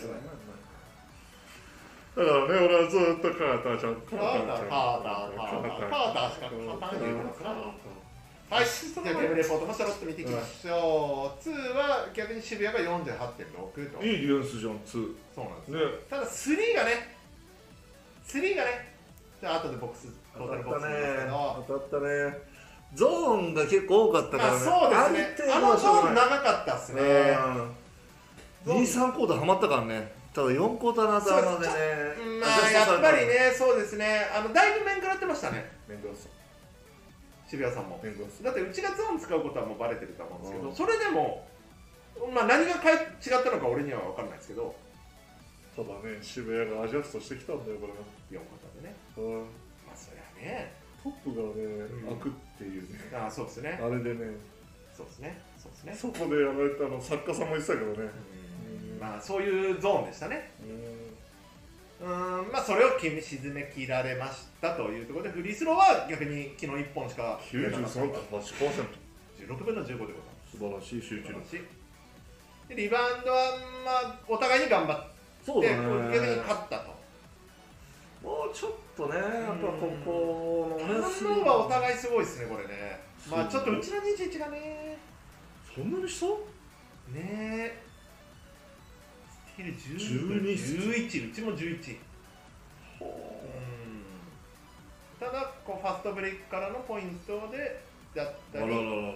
Speaker 2: たります
Speaker 3: ああちょっ
Speaker 2: まあまあまああれ
Speaker 3: と
Speaker 2: はね
Speaker 3: だからね俺はずっとカーターちゃん
Speaker 2: カ
Speaker 3: カ
Speaker 2: ーター、カーター、カーター、カーターしか勝たないですから。はい、じゃあゲームレポートもさろっと見ていきましょう。ツーは逆に渋谷が48.6と。
Speaker 3: いいディフェンスじゃん2
Speaker 2: そうなんです
Speaker 3: ね
Speaker 2: よ。ただスリーがね、スリーがね、じゃあ後でボックス、ト
Speaker 3: 当
Speaker 2: ー
Speaker 3: た
Speaker 2: タ
Speaker 3: っ
Speaker 2: ルボック
Speaker 3: た
Speaker 2: スなんですけ
Speaker 3: ね
Speaker 2: ど。
Speaker 3: 当たったねゾーンが結構多かったか
Speaker 2: ま
Speaker 3: ら
Speaker 2: あ
Speaker 3: ね
Speaker 2: そうですね。あのゾーン長かったですね。
Speaker 3: うん23コーターはまったからねただ4コーターの頭でね
Speaker 2: まあやっぱりね、そうですね。あのだいぶ面食らってましたね。
Speaker 3: メングラス
Speaker 2: 渋谷さんも。
Speaker 3: メングラス
Speaker 2: だってうちがゾーン使うことはもうバレてると思うんですけど、
Speaker 3: うん
Speaker 2: それでも、まあ、何が変え違ったのか俺には分かんないですけど
Speaker 3: ただね渋谷がアジャストしてきたんだよこ
Speaker 2: 4方でね
Speaker 3: れが、うん、
Speaker 2: まあそりゃね
Speaker 3: トップがね、
Speaker 2: うん
Speaker 3: 開くっていうね
Speaker 2: ああそうです
Speaker 3: あ
Speaker 2: ね
Speaker 3: れでね
Speaker 2: そうですねそうですね、
Speaker 3: そこでやられたの作家さんも言ってたけどね
Speaker 2: うんまあそういうゾーンでしたねうーんまあそれを決め沈め切られましたというところでフリースローは逆に昨日1本しか決めなかった
Speaker 3: 93.8%
Speaker 2: 16分の15でございます
Speaker 3: 素晴らしい集
Speaker 2: 素晴
Speaker 3: 中力
Speaker 2: らしいでリバウンドはまあお互いに頑張って
Speaker 3: そうだね
Speaker 2: 逆に勝ったと
Speaker 3: もうちょっとねやっぱここ
Speaker 2: タ
Speaker 3: の
Speaker 2: ーンオ
Speaker 3: ね
Speaker 2: ーバーお互いすごいですね、これね。まあちょっとうちの21がね、
Speaker 3: そんなにした
Speaker 2: ねスティール
Speaker 3: 12
Speaker 2: 12、11、うちも11。ただ、こうファストブレイクからのポイントでだった
Speaker 3: あららら
Speaker 2: り、
Speaker 3: ら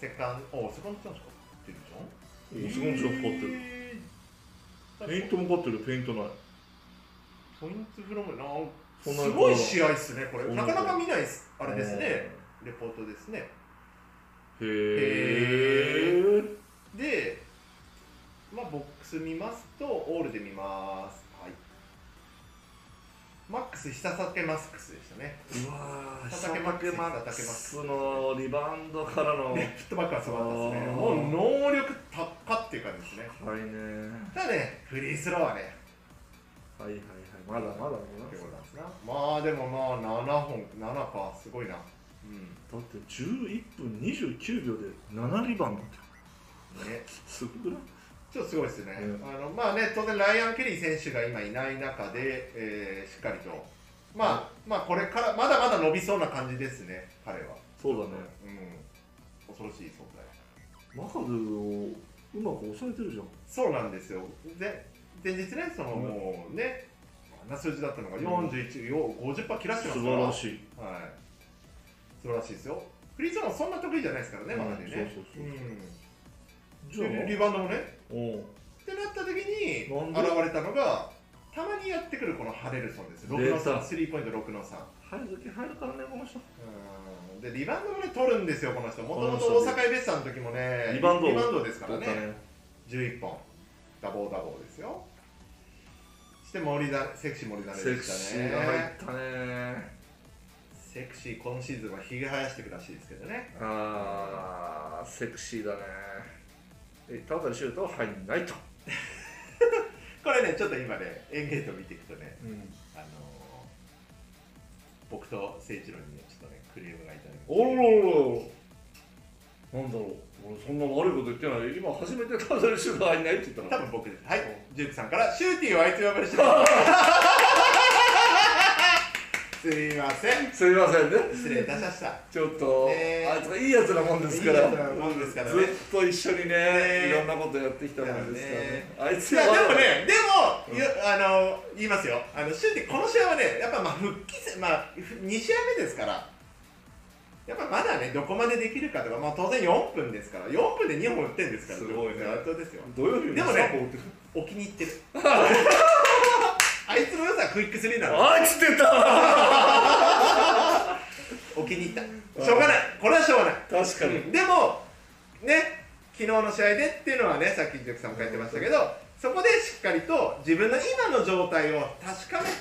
Speaker 2: セカンド、おセカンドチャンスかってる
Speaker 3: おす
Speaker 2: じ
Speaker 3: ご
Speaker 2: ゃん。
Speaker 3: いじゃん勝ってる
Speaker 2: えー
Speaker 3: ペイントも勝ってるペイントない
Speaker 2: ポイントフロムな
Speaker 3: そんな
Speaker 2: すごい試合ですね、これ。
Speaker 3: そんな
Speaker 2: なかなか見ないですあれですね、レポートですね。
Speaker 3: へえ
Speaker 2: で、まあ、ボックス見ますと、オールで見ます。はい。マックス、久酒マスクスでしたね。
Speaker 3: うわー
Speaker 2: 叩けまく
Speaker 3: 叩
Speaker 2: り
Speaker 3: けま
Speaker 2: 叩けまくり
Speaker 3: すのリバウンドからの
Speaker 2: レフトバックはすごかったですね。
Speaker 3: あー
Speaker 2: もう能力高っっていう感じですね。
Speaker 3: はいね
Speaker 2: ただね、フリースローはね、
Speaker 3: はいはいはいまだまだまだ
Speaker 2: ってことなんですな。まあ、でもまあ、7本、7か、すごいな。うん。
Speaker 3: だって11分29秒で7リバウンドって
Speaker 2: ね。
Speaker 3: すごくない
Speaker 2: ちょっとすごいですね。
Speaker 3: うん
Speaker 2: あのまあね、当然、ライアン・ケリー選手が今いない中で、えーしっかりと、まあ、まあ、これから、まだまだ伸びそうな感じですね、彼は。
Speaker 3: そうだね
Speaker 2: うん、恐ろしい存在。
Speaker 3: マカドゥをうまく抑えてるじゃん
Speaker 2: そうなんですよ。で、前日ね、その、
Speaker 3: うん
Speaker 2: もうね、あんな数字だったのが
Speaker 3: うん
Speaker 2: 41を50%切らしてます
Speaker 3: 素
Speaker 2: から、
Speaker 3: 晴ら
Speaker 2: い。
Speaker 3: しい
Speaker 2: はい。素晴らしいですよ。フリースローそんな得意じゃないですからね、
Speaker 3: うん
Speaker 2: まだでね。
Speaker 3: そうそうそうんじゃあ
Speaker 2: でリバウンドもね。
Speaker 3: うん
Speaker 2: ってなった時に
Speaker 3: なん
Speaker 2: 現
Speaker 3: で
Speaker 2: れたのがたまにやってくるこのハレルソンです6
Speaker 3: 出
Speaker 2: の
Speaker 3: た
Speaker 2: 3スリーポイント6の3
Speaker 3: 入る時入るからねこの人
Speaker 2: うーんでリバウンドもね取るんですよこの人もとも
Speaker 3: この
Speaker 2: と
Speaker 3: 人
Speaker 2: 大阪エベッサの時もね
Speaker 3: リバウンド
Speaker 2: ですからね11本ダボーダボーですよそして森だセクシー森だね
Speaker 3: セ
Speaker 2: で
Speaker 3: ク
Speaker 2: し
Speaker 3: シ
Speaker 2: たね
Speaker 3: ーが入ったね
Speaker 2: セクシー今シーズンはひげ生やしてくらしいですけどね
Speaker 3: あーセクシーだねえただシュートは入んないと、
Speaker 2: これねちょっと今ねエンゲート見ていくとね
Speaker 3: うん、
Speaker 2: あの僕と誠一郎にねちょっとねクレームがいただいて
Speaker 3: おろろろなんだろう俺そんな悪いこと言ってない今初めてカーザルシュが入んないって言った
Speaker 2: 多
Speaker 3: の
Speaker 2: 分僕ですはいジュークさんからシューティーをあいつ呼ばれしてます すいません
Speaker 3: すいませんね
Speaker 2: 失礼いたしました
Speaker 3: ちょっと、
Speaker 2: ね
Speaker 3: あいつがいいやつなもんですから
Speaker 2: いいやつなもんですからね
Speaker 3: ずっと一緒にね
Speaker 2: ね
Speaker 3: いろんなことやってきたもんですからねあい
Speaker 2: い
Speaker 3: つ
Speaker 2: や
Speaker 3: は
Speaker 2: でもね、でも、いやあの言いますよ、あのシューティーこの試合はね、やっぱまあ復帰戦、まあ、2試合目ですから、やっぱまだね、どこまでできるかとか、まあ、当然4分ですから、4分で2本打ってるんですから、
Speaker 3: すごいね
Speaker 2: 本当ですよ、
Speaker 3: 土曜日
Speaker 2: でもね
Speaker 3: 三本打ってる
Speaker 2: お気に入ってる、 あいつの良さはクイックスリーなの、
Speaker 3: あいつ出た
Speaker 2: お気に入った、しょうがない、これはしょうがない、
Speaker 3: 確かに、
Speaker 2: でも、ね、昨日の試合でっていうのはね、さっきジュクさんも書いてましたけど、そこでしっかりと自分の今の状態を確かめて、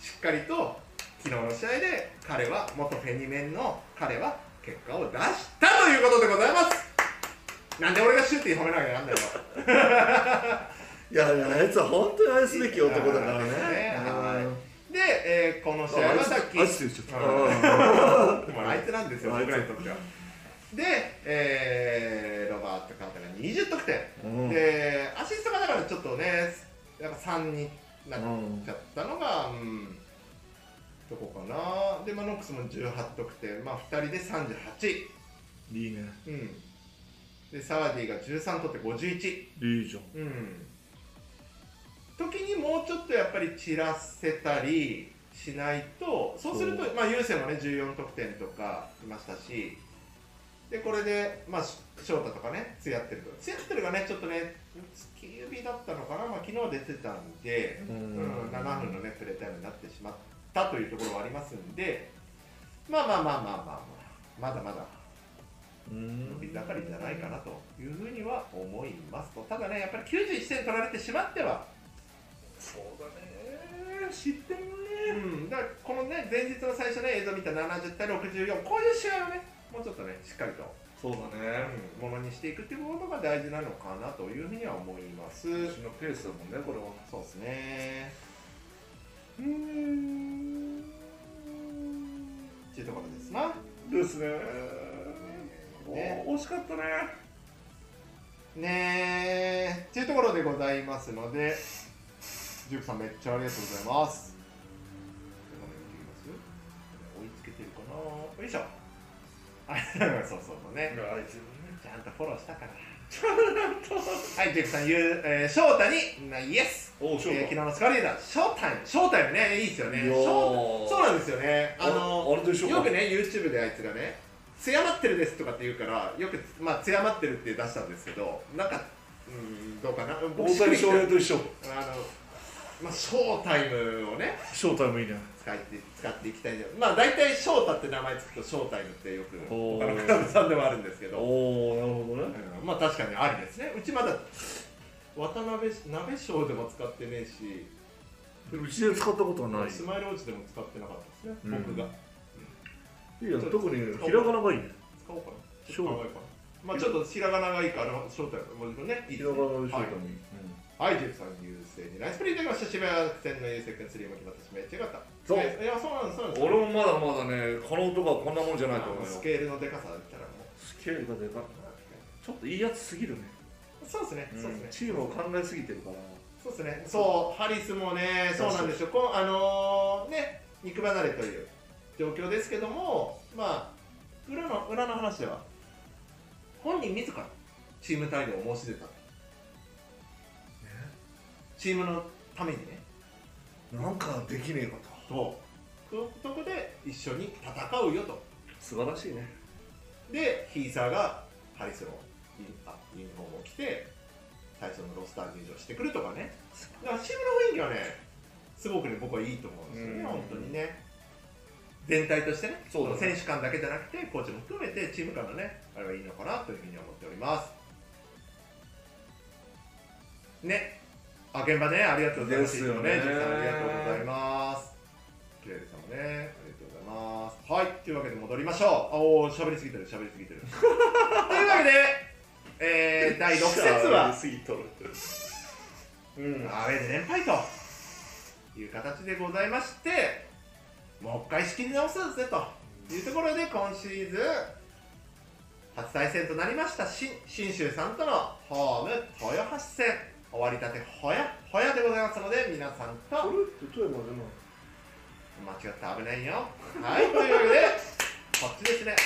Speaker 2: しっかりと昨日の試合で彼は、元フェニメンの彼は結果を出したということでございます。なんで俺がシューティー褒めなきゃなんだよ。
Speaker 3: いやいやあいつは本当に愛すべき男だからね
Speaker 2: はいで、えーこの試合
Speaker 3: ああい
Speaker 2: は
Speaker 3: つ
Speaker 2: さっき、
Speaker 3: あいつ言っちゃった
Speaker 2: うん
Speaker 3: あ
Speaker 2: まあ、あいつなんですよ、
Speaker 3: あいつ
Speaker 2: 僕らにとっては。で、えーロバート・カーターが20得点、
Speaker 3: うん
Speaker 2: で、アシストがだからちょっとね、やっぱ3になっちゃったのが、うん、どこかな、で、まあ、ノックスも18得点、まあ、2人で38、
Speaker 3: ーいいね
Speaker 2: うん、で、サワディが13取って51、
Speaker 3: いいじゃん
Speaker 2: うん、時にもうちょっとやっぱり散らせたりしないとそうすると
Speaker 3: そ
Speaker 2: まあ優勢もね14得点とかいましたしでこれでまあし翔太とかねツヤってるとツヤってるがねちょっとね突き指だったのかなまあ昨日は出てたんで、
Speaker 3: うん
Speaker 2: うん7分のねプレータイムになってしまったというところはありますんでまあまあまあまあまあまあまだまだ
Speaker 3: う
Speaker 2: 伸び
Speaker 3: ん
Speaker 2: 盛りじゃないかなというふうには思いますと、ただね、やっぱり91点取られてしまっては、
Speaker 3: そうだね知ってるね
Speaker 2: うん、だからこのね、前日の最初ね、映像見た70対64、こういう試合をね、もうちょっとね、しっかりと、
Speaker 3: そうだね
Speaker 2: うん、ものにしていくっていうことが大事なのかなというふうには思います。
Speaker 3: 私のペースだもんねこれは
Speaker 2: そうですね。うーん。っていうところですな。
Speaker 3: ですね
Speaker 2: ね
Speaker 3: お惜しかったね
Speaker 2: ねえっていうところでございますのでジュークさんめっちゃありがとうございます追いつけてるかなよいしょあ そうそうそうね
Speaker 3: あいつね
Speaker 2: ちゃんとフォローしたからはいジュークさん言う、えー、翔太になイエス
Speaker 3: お
Speaker 2: え
Speaker 3: う
Speaker 2: ー昨日のスカリーダショータイムショータイムねいいですよね
Speaker 3: いやー
Speaker 2: ショーそうなんですよねあの
Speaker 3: あれでしょ
Speaker 2: よくね YouTube であいつがね「艶まってるです」とかって言うからよく「まあ、艶まってる」って出したんですけどなんかうんどうかな
Speaker 3: 大
Speaker 2: 僕しっく
Speaker 3: 谷
Speaker 2: りきて
Speaker 3: 翔平と一緒
Speaker 2: あの、まあ、ショータイムをね
Speaker 3: ショータイムいいね
Speaker 2: 使って使っていきたいんだまあ大体翔太って名前つくとショータイムってよく
Speaker 3: お
Speaker 2: 他
Speaker 3: ー
Speaker 2: のクラブさんでもあるんですけど、
Speaker 3: おおなるほどね
Speaker 2: うんまあ確かにありですねうちまだ渡辺鍋翔でも使ってねえし
Speaker 3: うちで使ったことはない
Speaker 2: スマイル王子でも使ってなかったですね、
Speaker 3: うん
Speaker 2: 僕が
Speaker 3: いいや特にひらがながいいね
Speaker 2: 使おうかな。
Speaker 3: ショー
Speaker 2: 考えようかな。まあちょっとひらがながいいから、正体もちろんね。いい
Speaker 3: ひ
Speaker 2: で
Speaker 3: ら
Speaker 2: す
Speaker 3: が
Speaker 2: ね
Speaker 3: なのショータイムいい
Speaker 2: はい、はい、ジェフさん優勢にナイスプレーいただきました。渋谷戦の優勢君スリーも決まったし、めっちゃよかった。
Speaker 3: そう
Speaker 2: いや、そうなんです、そうなんです。
Speaker 3: 俺もまだまだねこの男はこんなもんじゃないと
Speaker 2: あ
Speaker 3: 思
Speaker 2: の
Speaker 3: うよ
Speaker 2: スケールのでかさだったらもう。
Speaker 3: スケールがでかいちょっといいやつすぎるね
Speaker 2: そうですね、そうですね。
Speaker 3: チームを考えすぎてるから
Speaker 2: そうですね。そう、ハリスもね、そうなんですよ。こうあのーね、肉離れという状況ですけども、まあ、裏の、裏の話では、本人自らチーム対応を申し出た。チームのためにね。
Speaker 3: なんかできねえかと
Speaker 2: そう。そこで一緒に戦うよと。
Speaker 3: 素晴らしいね
Speaker 2: で、ヒーサーがハリスのユニあユニフォームを着て、最初のロスター入場してくるとかね。だからチームの雰囲気はね、すごくね、僕はいいと思うんですよね、
Speaker 3: うん
Speaker 2: 本当にね。全体としてね、
Speaker 3: そうだね
Speaker 2: この選手間だけじゃなくて、コーチも含めて、チーム間のね、あれはいいのかなというふうに思っております。ね、あ現場ね、ありがとうございます。
Speaker 3: ですよね
Speaker 2: いつもジュンさんありがとうございます。キレイルさんもね、ありがとうございます。はい、というわけで戻りましょう。あおー、喋りすぎてる、喋りすぎ てる。というわけで、えー、第6節は、
Speaker 3: 過ぎとる
Speaker 2: うん、アウェーで連敗という形でございまして、もう一回仕切り直そうぜというところで今シーズン初対戦となりました新信州さんとのホーム豊橋戦終わりたてほやほやでございますので皆さん
Speaker 3: ことれって例えばでも
Speaker 2: 間違って危ないよはいというわけでこっちですね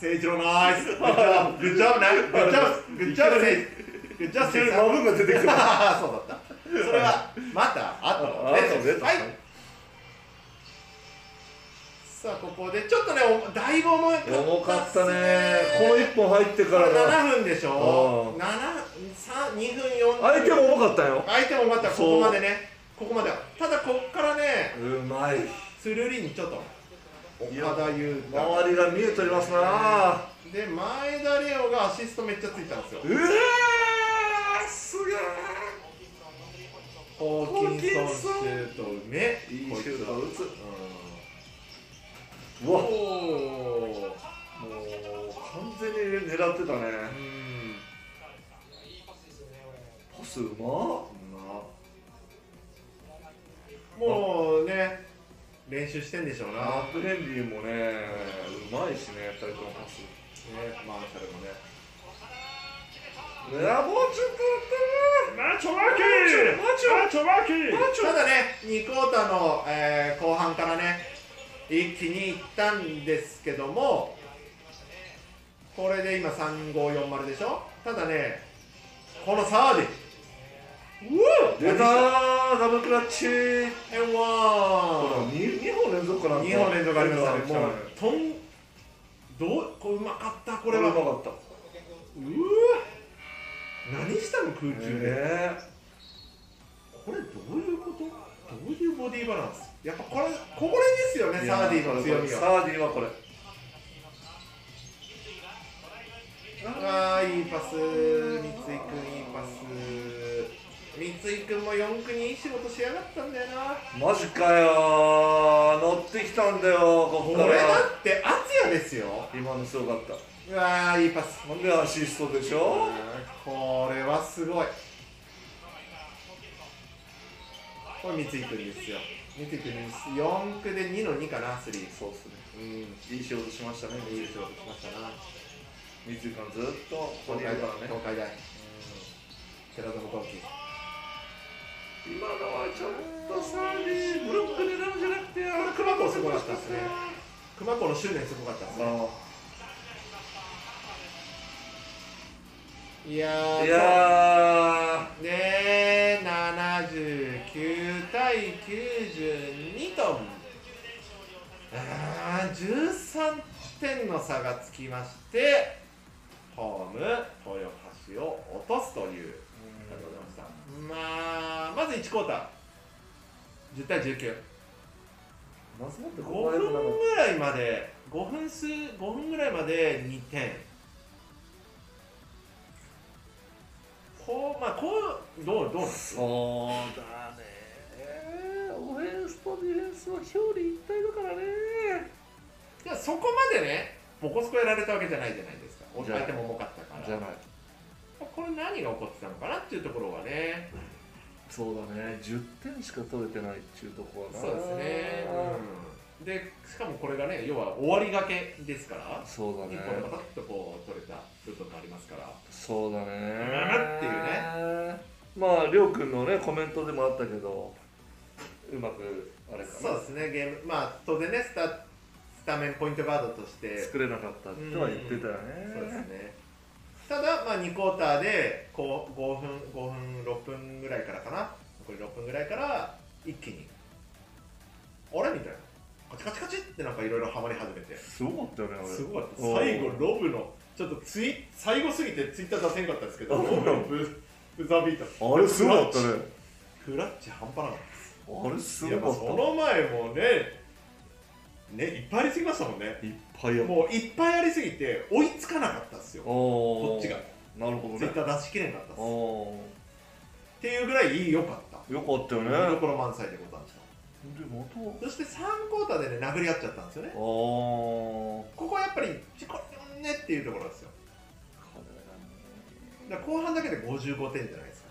Speaker 2: 誠一郎ナ イスグッジョブねグッジョブグッジョブねグッジョブ
Speaker 3: そ
Speaker 2: 誠一
Speaker 3: れ
Speaker 2: 郎
Speaker 3: マブンが出てき た
Speaker 2: ああそうだったそれはまた後で
Speaker 3: 後でと
Speaker 2: はいさあここでちょっとねおだいぶ重い
Speaker 3: 重かったねこの1本入ってからが
Speaker 2: 7分でしょ7 2分4
Speaker 3: 相手も重かったよ
Speaker 2: 相手もまたここまでねここまでただこっからね
Speaker 3: うまい
Speaker 2: つるりにちょっと岡田優太
Speaker 3: 周りが見えておりますな
Speaker 2: で前田レオがアシストめっちゃついたんですよ
Speaker 3: うえーすげえ
Speaker 2: ホーキンソンシュートね
Speaker 3: いいシュートを打つう
Speaker 2: お
Speaker 3: わもう
Speaker 2: お
Speaker 3: 完全に狙ってた
Speaker 2: ーうん
Speaker 3: ねパスうま
Speaker 2: もうね練習してんでしょうな、
Speaker 3: ア
Speaker 2: ね
Speaker 3: ップレンディーもねうまいしね2人ともパス
Speaker 2: マーシャルもね
Speaker 3: ラボチュプ
Speaker 4: マッチョマキ
Speaker 3: マチュ
Speaker 4: マッチョマキ
Speaker 2: ただね2クォーターの、えー後半からね一気にいったんですけどもこれで今3540でしょただねこのサーディ
Speaker 3: 出たーダブルクラッチ
Speaker 2: エンワン
Speaker 3: 2, 本連続かな
Speaker 2: 2本連続ありましたね
Speaker 3: 来た
Speaker 2: もうとんどうこれうまかったこ
Speaker 3: こ
Speaker 2: れ
Speaker 3: れ
Speaker 2: は
Speaker 3: は
Speaker 2: う
Speaker 3: うま
Speaker 2: わ
Speaker 3: かった
Speaker 2: 何したの空中で、
Speaker 3: え
Speaker 2: これどういうことどういうボディバランスやっぱこれこれですよね
Speaker 3: ー
Speaker 2: サーディの強み
Speaker 3: サ
Speaker 2: は
Speaker 3: ーディはこれ
Speaker 2: ああいいパス三井君いいパス三井君も4区にいい仕事しやがったんだよな
Speaker 3: マジかよー乗ってきたんだよこ
Speaker 2: これ
Speaker 3: っか
Speaker 2: だ
Speaker 3: ら
Speaker 2: って敦也ですよ
Speaker 3: 今のすごかった
Speaker 2: うわーいいパス
Speaker 3: ほんでアシストでしょ
Speaker 2: これはすごいこれ三井君ですよ三井君です4区で2の2かな3
Speaker 3: そうっすね
Speaker 2: うんいい
Speaker 3: いい仕事しましたね
Speaker 2: 仕事しましたな
Speaker 3: 三井君ずっとここ
Speaker 2: 東
Speaker 3: にい
Speaker 2: 海
Speaker 3: る
Speaker 2: 大
Speaker 3: からね
Speaker 2: 東海大寺田の同期
Speaker 3: 今のはちょっとサーディブロック狙うんじゃなくてあの
Speaker 2: 熊子すごかったですね熊子の執念すごかったですね
Speaker 3: あ
Speaker 2: いや
Speaker 3: ー
Speaker 2: ー
Speaker 3: いや
Speaker 2: そうねー79対92とあー13点の差がつきましてホーム豊橋を落とすというありがとうございましたまあまず1クォーター10対19
Speaker 3: ー松本ってこ
Speaker 2: 5
Speaker 3: こ
Speaker 2: 分
Speaker 3: なかっ
Speaker 2: ぐらいまで5分数5分ぐらいまで2点こうまあこうどうどうなん
Speaker 3: たそうだねオフェンスとディフェンスは表裏一体だからね
Speaker 2: いやそこまでねボコスコやられたわけじゃないじゃないですかお
Speaker 3: じゃあ
Speaker 2: 相手も重かったから
Speaker 3: じゃない
Speaker 2: これ何が起こってたのかなっていうところはね
Speaker 3: そうだね10点しか取れてないっていうところはな
Speaker 2: そうですね、うん、でしかもこれがね要は終わりがけですから
Speaker 3: そうだ
Speaker 2: 一
Speaker 3: ね
Speaker 2: 本パタッとこう取れた部分がありますから
Speaker 3: そうだね
Speaker 2: っていう
Speaker 3: ねまありょうくんのねコメントでもあったけどうまくあれかな
Speaker 2: そうですねゲームまあ当然ねスタスタメンポイントガードとして
Speaker 3: 作れなかったっては言ってたよね
Speaker 2: そうですね。ただ、まあ、2クォーターでこう5分、5分、6分ぐらいからかな、残り6分ぐらいから一気に、あれみたいな、カチカチカチってなんかいろいろハマり始めて、
Speaker 3: すごかったよねあれ
Speaker 2: すごかった、
Speaker 3: おー
Speaker 2: 最後、ロブの、ちょっとツイ最後すぎてツイッター出せんかったんですけ ど、ロブのブブザービーター、
Speaker 3: あれすごかったね
Speaker 2: クラッチ半端なかっ
Speaker 3: あれす
Speaker 2: た。いや、ま
Speaker 3: ご
Speaker 2: あ
Speaker 3: か
Speaker 2: そ
Speaker 3: っ
Speaker 2: の前もね、ね、いっぱいありすぎましたもんね。
Speaker 3: たいっぱいや
Speaker 2: もういっぱいありすぎて追いつかなかったんですよ、こ
Speaker 3: こ
Speaker 2: っちが。
Speaker 3: なるほど
Speaker 2: ツイ
Speaker 3: ね
Speaker 2: ッター出しきれなかったっす
Speaker 3: あ
Speaker 2: っていうぐらい良かった
Speaker 3: あよかったよね
Speaker 2: 見どころ満載でございました
Speaker 3: でまたあ
Speaker 2: そして3クォーターでね殴り合っちゃったんですよね
Speaker 3: あこ
Speaker 2: ここはやっぱりちこれねっていうところですよ
Speaker 3: れ
Speaker 2: だ
Speaker 3: がね
Speaker 2: から後半だけで55点じゃないですか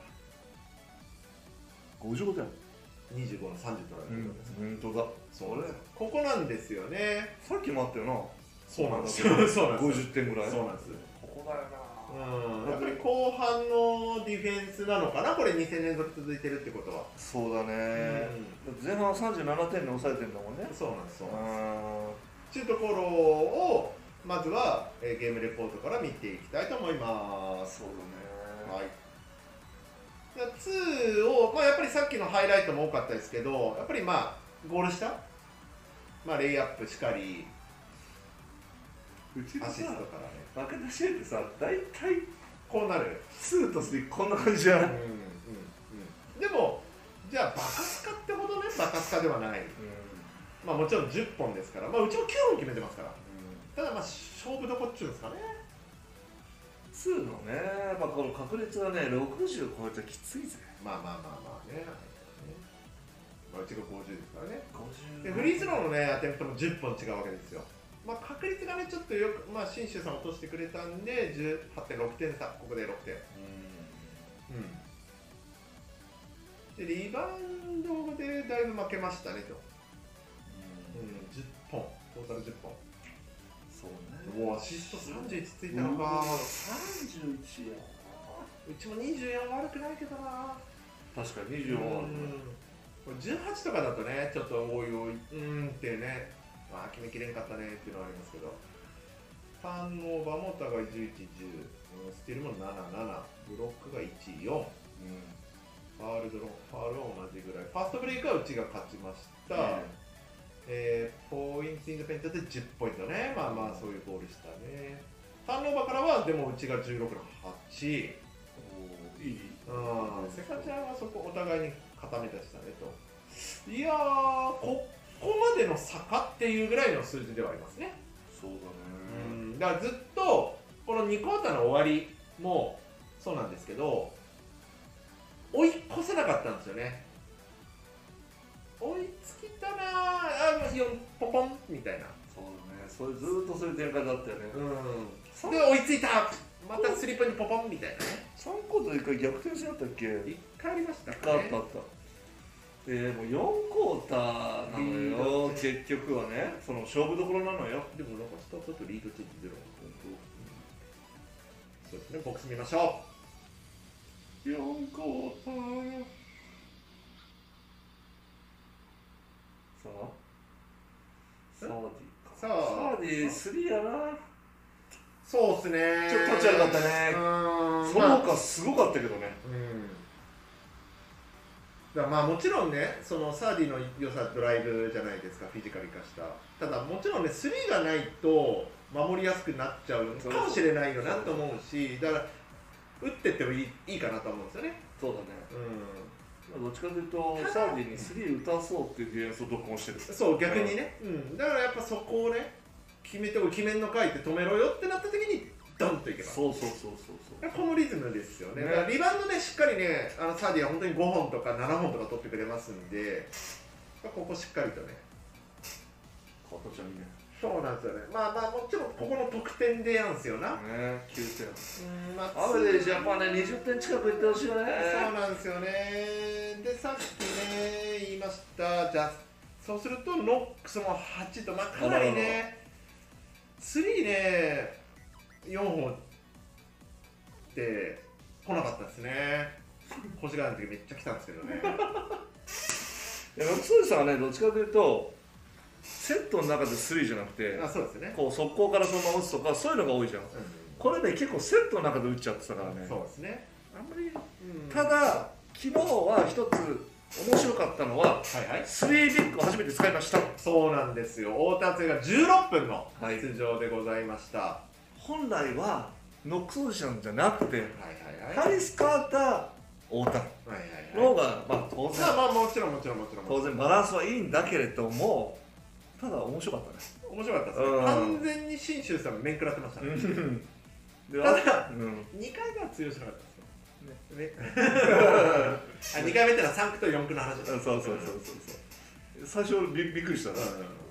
Speaker 3: 55点
Speaker 2: 25の30取られてるわけです、
Speaker 3: 本当だそれ
Speaker 2: ここなんですよね
Speaker 3: さっきもあったよな
Speaker 2: そうなんです
Speaker 3: よ
Speaker 2: よそうなんです
Speaker 3: 50点ぐらい
Speaker 2: そうなんです
Speaker 3: ここだよな
Speaker 2: うんやっぱり後半のディフェンスなのかなこれ2戦連続続いてるってことは
Speaker 3: そうだね、前半は37点に抑えてんだもんね
Speaker 2: そうなんですそうう
Speaker 3: ー
Speaker 2: なんで
Speaker 3: ん
Speaker 2: すっていうところをまずは、えーゲームレポートから見ていきたいと思います
Speaker 3: そうだね
Speaker 2: はい、じゃあ2を、まあ、やっぱりさっきのハイライトも多かったですけど、やっぱりまあゴール下、まあ、レイアップしかり、
Speaker 3: うちの
Speaker 2: ア
Speaker 3: さ
Speaker 2: シストからね、
Speaker 3: 負けた試合ってさ大体
Speaker 2: こうなる、
Speaker 3: 2と3こんな感じじゃ
Speaker 2: う
Speaker 3: なんい
Speaker 2: でも、じゃあ、バカスカってほどね、バカスカではない、まあ、もちろん10本ですから、まあ、うちも9本決めてますから、ただ、まあ、勝負どこっちゅうんですかね、
Speaker 3: 2のね、まあ、この確率はね60超えたらきついぜ
Speaker 2: まあまあまあまあね、まあ、うちが50ですからね。
Speaker 3: 50
Speaker 2: でフリースローのねアテンプトも10本違うわけですよ、まあ、確率がねちょっとよく、まあ、信州さん落としてくれたんで18.6点差ここで6点、うん、でリバウンドでだいぶ負けましたねと、10本トータル10
Speaker 3: そうね
Speaker 2: 本もうアシスト31ついたの
Speaker 3: うわ
Speaker 2: か
Speaker 3: 31や
Speaker 2: うちも24悪くないけどな
Speaker 3: 確かに24はあるね
Speaker 2: うん18とかだとね、ちょっとおいおい、うーんってね、まあ、決めきれんかったねっていうのはありますけど、ターンオーバーもお互い11、10、うんスティールも7、7、ブロックが1、4、ファールドのファールは同じぐらい、ファーストブレイクはうちが勝ちました、えーポイントインドペイントで10ポイントね、まあまあそういうゴールしたね。ターンオーバーからは、でもうちが16の8。
Speaker 3: おーいい
Speaker 2: うんセカちゃんはそこお互いに固め出したねといやーここまでの坂っていうぐらいの数字ではありますね
Speaker 3: そうだね
Speaker 2: だからずっとこの2クォーターの終わりもそうなんですけど追い越せなかったんですよね追いつきたなーあー4ポポンみたいな
Speaker 3: そうだねそれずーっとそういう展開だったよね
Speaker 2: うんで追いついたまたスリーポイントポポンみたいなね
Speaker 3: 3コートで1回逆転しなかったっけ1
Speaker 2: 1回ありました
Speaker 3: 回あったあったでもう4コーターなのよ
Speaker 2: リード
Speaker 3: 結局はねその勝負どころなのよ
Speaker 2: でもなんかスタートとリードチェンジゼロそうですね、ボックス見ましょ
Speaker 3: 4コーターよさあサーディか
Speaker 2: さあ
Speaker 3: サーディ3やな
Speaker 2: う。そうですね。
Speaker 3: ちょっと立ち上がったね
Speaker 2: うーん。
Speaker 3: そ
Speaker 2: ま
Speaker 3: の
Speaker 2: あ
Speaker 3: 他すごかったけどね
Speaker 2: うん。だからまあもちろんね、そのサーディの良さ、ドライブじゃないですか、フィジカル化した。ただ、もちろんね、スリーがないと守りやすくなっちゃう
Speaker 3: そう
Speaker 2: かもしれないよなと思うし、だから、打ってってもいいいいかなと思うんですよね。
Speaker 3: そうだね
Speaker 2: う
Speaker 3: どっちかというとサーディに3打たそうっていうディフェンスを独行してる
Speaker 2: ん。そう、逆にね。うん。だからやっぱそこをね、決めても決めんのかいって止めろよってなった時に、ドンといけば。
Speaker 3: そうそうそうそうそう
Speaker 2: このリズムですよね、
Speaker 3: ね
Speaker 2: だからリバウンドね、しっかりね、あのサーディは本当に5本とか7本とか取ってくれますんで、ここしっかりとね、
Speaker 3: こちゃんいいね
Speaker 2: そうなんですよね、まあまあ、もちろんここの得点でやんすよな、
Speaker 3: ね9点
Speaker 2: うんま
Speaker 3: アベレージやっぱね20点近くいってほしいよね
Speaker 2: そうなんですよね、で、さっきね、言いました、じゃあ、そうするとノックスも8と、まあ、かなりね、スリーね、4本って来なかったですね。星がある時めっちゃ来たんですけど ね。
Speaker 3: いや六通さんはねどっちかというとセットの中で3じゃなくて
Speaker 2: あそうですね、
Speaker 3: こう速攻からそのまま打つとかそういうのが多いじゃんこれね結構セットの中で打っちゃってたからね
Speaker 2: そうですね、
Speaker 3: あんまり
Speaker 2: た
Speaker 3: た
Speaker 2: だ
Speaker 3: だ昨日は一つ面白かったのは
Speaker 2: はいはい
Speaker 3: 3ビッグを初めて使いました
Speaker 2: そうなんですよ太田敦也が16分の
Speaker 3: はい
Speaker 2: 出場でございました、は
Speaker 3: 本来はノックスオーシャンじゃなくて
Speaker 2: い、はいはいはい
Speaker 3: ハリス・カーター太田
Speaker 2: はい
Speaker 3: の方が、まあ、当然
Speaker 2: まあまあもちろんもちろんもちろん
Speaker 3: 当然バランスはいいんだけれどもただ面白かったね
Speaker 2: 面白かったですね
Speaker 3: うん
Speaker 2: 完全に信州さん面食らってましたね
Speaker 3: で
Speaker 2: ただ
Speaker 3: うん、
Speaker 2: 2回目は通用しなかったですよ、ね あ2回目ってのは3区と4区の話で
Speaker 3: そうそうそうそうそう最初びびっくりしたな、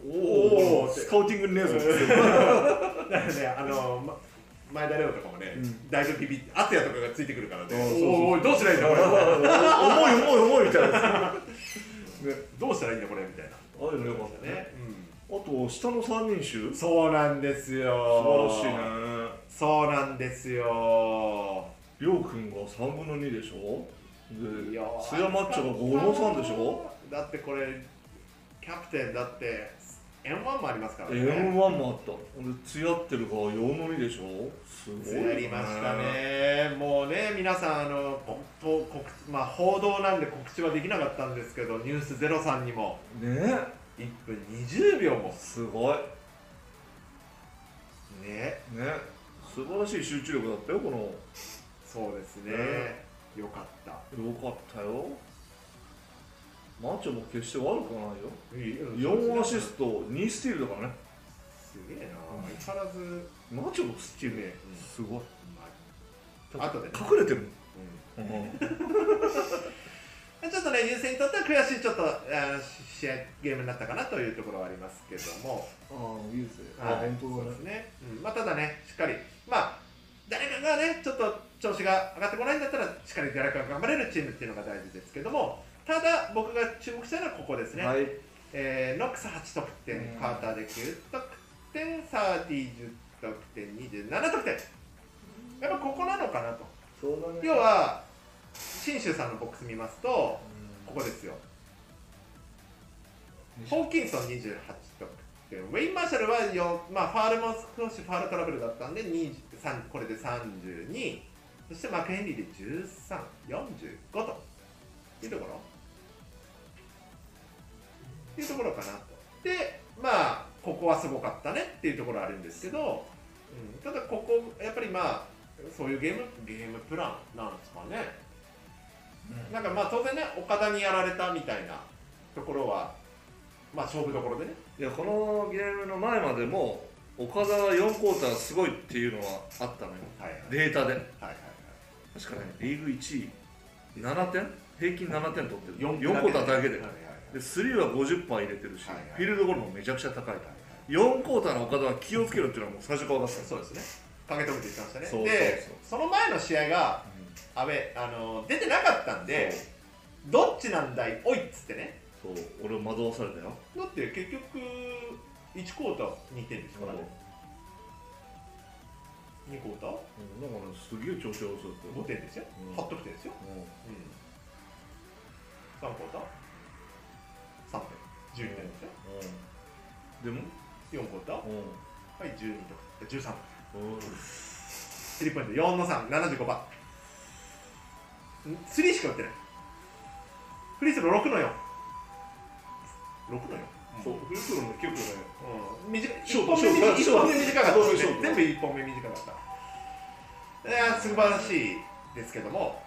Speaker 2: おーって
Speaker 3: スカウティングねえぞ
Speaker 2: だ からねあの、ま前田レオとかもね、
Speaker 3: うん
Speaker 2: だいぶビビって敦也とかがついてくるからね、
Speaker 3: うんそうそう
Speaker 2: おいおいどうしないんだ
Speaker 3: 重い重い重いみたいな
Speaker 5: どうしたらいいんだこれみたいな
Speaker 6: あれもよかったねあと下の三人衆素
Speaker 2: そうなんですよ
Speaker 6: 晴らしいね
Speaker 2: そうなんですよ
Speaker 6: りょうくんが3分の2でしょ
Speaker 2: い
Speaker 6: で
Speaker 2: やー
Speaker 6: 須山マッチョが5の3でしょ
Speaker 2: だってこれキャプテンだって M1 もありますから
Speaker 6: M1 もあったでつやってるが4の2でしょすごいよね
Speaker 2: やりましたね、もうね、皆さん、あの本当告知まあ、報道なんで告知はできなかったんですけど、ニュースゼロさんにも、
Speaker 6: ね
Speaker 2: 1分20秒も、
Speaker 6: すごい
Speaker 2: ね、
Speaker 6: ね素晴らしい集中力だったよこの
Speaker 2: そうですね、
Speaker 6: ね
Speaker 2: よかった。
Speaker 6: よかったよマッチョも決して悪くはないよ
Speaker 2: 4
Speaker 6: 4アシスト2スティールだからね
Speaker 2: すげえな、相変わらず、う
Speaker 6: マッチョのスティールね
Speaker 2: うん
Speaker 6: すごい
Speaker 2: まい後でね、
Speaker 6: 隠れてるもん、
Speaker 2: ちょっとね、優勢にとっては悔しい、ちょっとあの試合、ゲームになったかなというところはありますけども。
Speaker 6: ああいいですね
Speaker 2: はい、そうですね、うんまあ、ただね、しっかり、まあ、誰かがね、ちょっと調子が上がってこないんだったら、しっかり誰かが頑張れるチームっていうのが大事ですけども、ただ、僕が注目したのはここですね、
Speaker 6: はい
Speaker 2: えーノックス8得点
Speaker 6: う、ん
Speaker 2: カーターで9得点、サーディ10得点、27得点、やっぱここなのかなと、
Speaker 6: そうだね
Speaker 2: 要は、信州さんのボックス見ますと、ここですよ、ホーキンソン28得点、ウェイン・マーシャルはよ、まあ、ファールも少しファールトラブルだったんで、23これで32、そしてマクヘンリーで13、45というところ。っていうところかなと。で、まあ、ここはすごかったねっていうところはあるんですけど、うん、ただ、ここ、やっぱりまあ、そういうゲーム、ゲームプランなんですかね。なんかまあ、当然ね、岡田にやられたみたいなところは、まあ、勝負どころでね。
Speaker 6: いやこのゲームの前までも岡田が4クォーターすごいっていうのはあったのよ
Speaker 2: はいはい。
Speaker 6: データで
Speaker 2: はいはいはい。
Speaker 6: 確かねリーグ1位7点平均7点取ってる
Speaker 2: 四
Speaker 6: 4, クォーターだけで、
Speaker 2: はいはい
Speaker 6: でスリーは50パー入れてるし、
Speaker 2: はいはい
Speaker 6: フィールドゴールもめちゃくちゃ高い、
Speaker 2: はい
Speaker 6: 4クォーターの岡田は気をつけろっていうのはもう最初から分かってた
Speaker 2: そうですね。かけ止めていきましたね。
Speaker 6: そうそうそう
Speaker 2: で、その前の試合が、阿部、あの出てなかったんで、どっちなんだい、おいっつってね。
Speaker 6: そう俺も惑わされたよ
Speaker 2: だって結局、1クォーター2点ですか
Speaker 6: な
Speaker 2: ら
Speaker 6: んか
Speaker 2: ね。2クォーター
Speaker 6: うんなんかねすげえ調子良さそう
Speaker 2: ?5
Speaker 6: だったよ
Speaker 2: 点ですよ
Speaker 6: う。ん
Speaker 2: 8得点ですよ。
Speaker 6: う
Speaker 2: うん。3クォーター ?3 点。12点ですよ。
Speaker 6: んうんでも
Speaker 2: 4クォーター
Speaker 6: うん
Speaker 2: はい、12得点。13得点。
Speaker 6: うん
Speaker 2: スリーポイント4の3、75番。スリーしか打ってない。フリースロー6の4。6の4。
Speaker 6: そうフリースローも結構ね
Speaker 2: うん。短い。
Speaker 6: ショ
Speaker 2: 1
Speaker 6: ート
Speaker 2: 本目短い
Speaker 6: シ
Speaker 2: 一
Speaker 6: ョート
Speaker 2: 本目短かったです
Speaker 6: ショ
Speaker 2: ね
Speaker 6: ー。ト
Speaker 2: 全部1本目短かった。いやー素晴らしいですけども、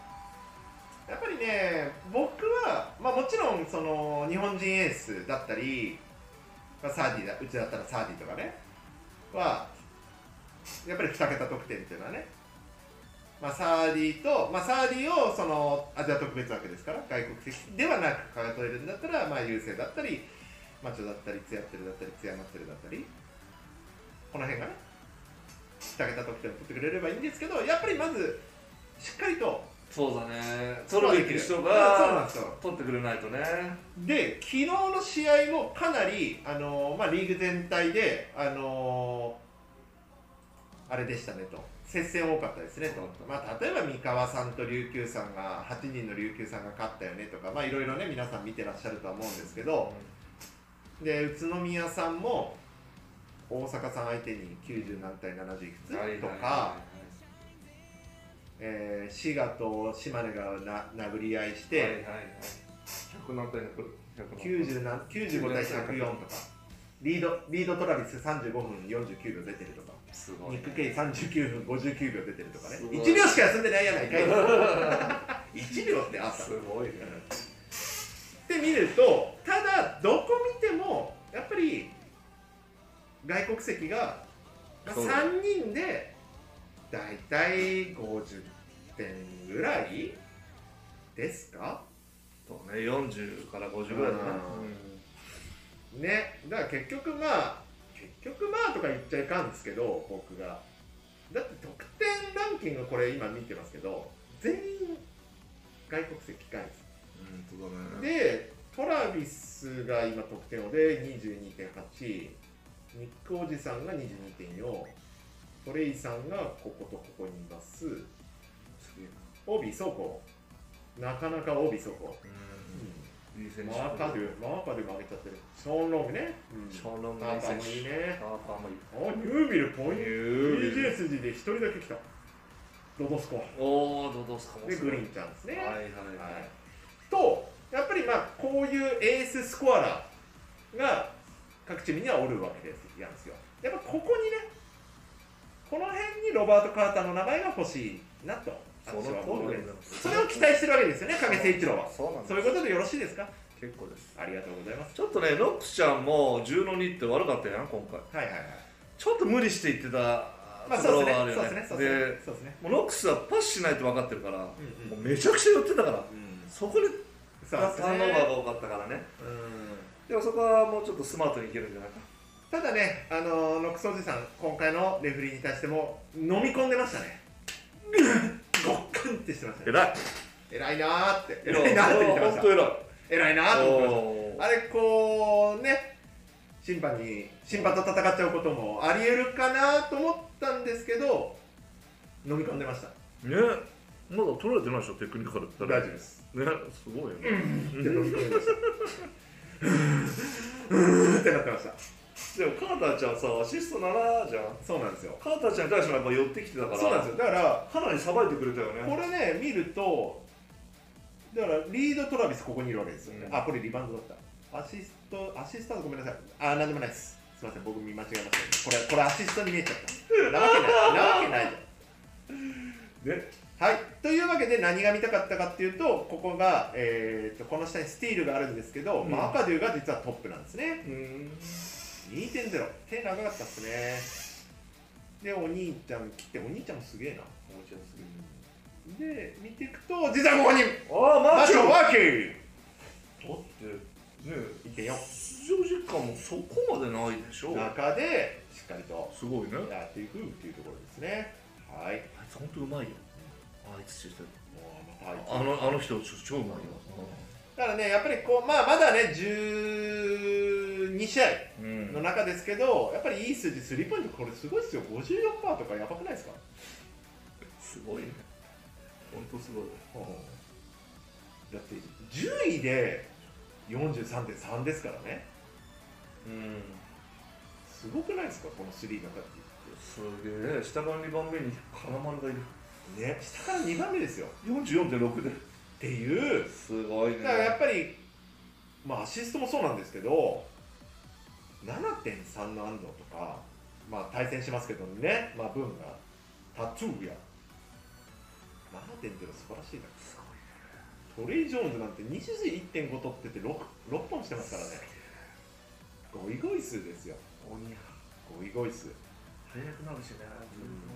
Speaker 2: やっぱりね、僕は、まあもちろん、その、日本人エースだったり、まあ、サーディだ、うちだったらサーディとかね、は、やっぱり2桁得点っていうのはね、まあ、サーディと、まあ、サーディをそのアジア特別枠ですから、外国籍ではなく、抱えるんだったら、まあ、優勢だったり、マチョだったり、ツヤってるだったり、ツヤマってるだったり、この辺がね、2桁得点を取ってくれればいいんですけど、やっぱりまず、しっかりと、
Speaker 6: そうだね
Speaker 2: そ
Speaker 6: 取
Speaker 2: れは
Speaker 6: る
Speaker 2: でき
Speaker 6: べき
Speaker 2: る
Speaker 6: 人
Speaker 2: そうなん
Speaker 6: が
Speaker 2: ですよ。
Speaker 6: 取ってくれないとね
Speaker 2: で昨日の試合もかなり、あのーまあ、リーグ全体で、あのーあれでしたねと接戦多かったですねと、まあ、例えば三河さんと琉球さんが8人の琉球さんが勝ったよねとか、まあ、いろいろね皆さん見てらっしゃるとは思うんですけどで宇都宮さんも大阪さん相手に90何対70いくつとか。えー滋賀と島根がな殴り合いして、
Speaker 6: はいはいはい100何対100
Speaker 2: 90な95対104とかリードリードトラビス35分49秒出てるとか
Speaker 6: すご
Speaker 2: ニ
Speaker 6: いね
Speaker 2: ック・ケイ39分59秒出てるとかね
Speaker 6: すごい
Speaker 2: 1秒しか休んでないやないかい 1秒ってあった
Speaker 6: すごいね
Speaker 2: って見るとただどこ見てもやっぱり外国籍がまあ
Speaker 6: そうだ
Speaker 2: 3人で大体50点ぐらいですか
Speaker 6: そうね40から50ぐらいだね
Speaker 2: ねだから結局まあ結局まあとか言っちゃいかんですけど僕がだって得点ランキングこれ今見てますけど全員外国籍外
Speaker 6: うんうんそうだね
Speaker 2: でトラビスが今得点王で22.8ニックおじさんが22.4トレイさんがこことここにいます
Speaker 6: すげえ
Speaker 2: オービー走行なかなかオービー走行、
Speaker 6: うんいい
Speaker 2: うん
Speaker 6: 選手
Speaker 2: マーパドゥマーパドゥが上げちゃってるショーン・ロングね、うん、
Speaker 6: ショーンロング
Speaker 2: パ
Speaker 6: の
Speaker 2: ー
Speaker 6: いい
Speaker 2: パ
Speaker 6: 選
Speaker 2: も
Speaker 6: 手
Speaker 2: いいね
Speaker 6: パーパーもいい
Speaker 2: あニュービルポイン
Speaker 6: ニ
Speaker 2: ト
Speaker 6: ュービル
Speaker 2: DJ 筋で一人だけ来たロドスコ
Speaker 6: おおどうどうすかも
Speaker 2: アでグリーンちゃんですね、
Speaker 6: はいはい
Speaker 2: は
Speaker 6: はい
Speaker 2: いとやっぱりまあこういうエーススコアラーが各チームにはおるわけですなんですよやっぱここにねこの辺にロバート・カーターの名前が欲しいなと
Speaker 6: その
Speaker 2: 私は思うわ
Speaker 6: 通
Speaker 2: け
Speaker 6: り
Speaker 2: で
Speaker 6: ですす
Speaker 2: それを期待してるわけですよね影誠一郎は
Speaker 6: そうなんです
Speaker 2: そういうことでよろしいですか
Speaker 6: 結構です
Speaker 2: ありがとうございます
Speaker 6: ちょっとねロックスちゃんも10の2って悪かったやん今回
Speaker 2: はいはいはい
Speaker 6: ちょっと無理していってた
Speaker 2: まあ
Speaker 6: とこ
Speaker 2: そうです
Speaker 6: ろ
Speaker 2: ね
Speaker 6: はある
Speaker 2: そうで
Speaker 6: よ
Speaker 2: す
Speaker 6: ね
Speaker 2: ねそうですね
Speaker 6: で
Speaker 2: そうですね
Speaker 6: もうロックスはパスしないと分かってるからも
Speaker 2: うん
Speaker 6: うめちゃくちゃ寄ってた
Speaker 2: う
Speaker 6: から
Speaker 2: ん
Speaker 6: そこでタ
Speaker 2: そう
Speaker 6: ーンオ
Speaker 2: ですね
Speaker 6: ーバーが多かったからね
Speaker 2: うん
Speaker 6: でもそこはもうちょっとスマートにいけるんじゃないか
Speaker 2: ただね、あのー、ノックスおじさん、今回のレフェリーに対しても、飲み込んでましたね。 ごっくんってしてましたね。
Speaker 6: 偉い
Speaker 2: 偉いなーって、
Speaker 6: 偉い
Speaker 2: 偉いなーって言ってま
Speaker 6: 本
Speaker 2: し
Speaker 6: 当
Speaker 2: た。
Speaker 6: 偉い
Speaker 2: 偉いなーって思ってま
Speaker 6: お
Speaker 2: し
Speaker 6: ー
Speaker 2: た。あれ、こうね、審判に、審判と戦っちゃうこともあり得るかなと思ったんですけど、飲み込んでました。
Speaker 6: ねまだ取られてないでしょテクニカルって
Speaker 2: 大丈夫です。
Speaker 6: ねすごいよね、
Speaker 2: って飲み込んでま した。 うーんってなってました。
Speaker 6: でもカーターちゃんさアシスト7じゃん
Speaker 2: そうなんですよ。
Speaker 6: カーターちゃんに対してもやっぱ寄ってきてたから
Speaker 2: そうなんですよ。だから、
Speaker 6: かなりさばいてくれたよ
Speaker 2: こ
Speaker 6: ね
Speaker 2: れね、見ると、だからリード・トラビス、ここにいるわけですよね。
Speaker 6: うん
Speaker 2: あ、これリバウンドだった。アシスト、アシスタント、ごめんなさい。あ、なんでもないです。すみません、僕見間違えました。これ、これアシストに見えちゃった。なわけない。なわけないじ
Speaker 6: ね
Speaker 2: ゃん。はい。というわけで、何が見たかったかっていうと、ここが、えー、とこの下にスティールがあるんですけど、
Speaker 6: うん
Speaker 2: マーカドゥが実はトップなんですね。
Speaker 6: うん
Speaker 2: 2.0。手長かったっすね。で、お兄ちゃん来て、お兄ちゃんもすげえな。で、見ていくと、実はここに、
Speaker 6: ああ
Speaker 2: マ
Speaker 6: マ
Speaker 2: ッ
Speaker 6: ジ
Speaker 2: チョ
Speaker 6: だっ
Speaker 2: ワーキー
Speaker 6: てね
Speaker 2: 1.4
Speaker 6: 出場時間もそこまでないでしょ
Speaker 2: 中でしっかりと
Speaker 6: すごいね
Speaker 2: やっていくっていうところですねはい
Speaker 6: あいつ本当うまいよあいつして
Speaker 2: もうまた
Speaker 6: あのあの人ちょ超うまいよ
Speaker 2: だからねやっぱりこうまあまだね12試合
Speaker 6: うん
Speaker 2: の中ですけどやっぱりいい数字スリーポイントこれすごいですよ54%とかやばくないですか
Speaker 6: すごいね本当すごい
Speaker 2: だって10位で43.3ですからね
Speaker 6: うん
Speaker 2: すごくないですかこのスリーの数っ
Speaker 6: すげえ下から2番目に金丸がいる
Speaker 2: てね下から2番目ですよ
Speaker 6: 44.6で
Speaker 2: っていう
Speaker 6: すごいね
Speaker 2: だからやっぱり、まあ、アシストもそうなんですけど、7.3の安藤とか、まあ、対戦しますけどね、まあ、文が、タトゥーや、7.0素晴らしいな。
Speaker 6: すごい
Speaker 2: トレイ・ジョーンズなんて21.5取ってて 6, 6本してますからね。ゴイゴイ数ですよ。
Speaker 6: 鬼や
Speaker 2: ゴイゴイ数。
Speaker 6: 早くなるしね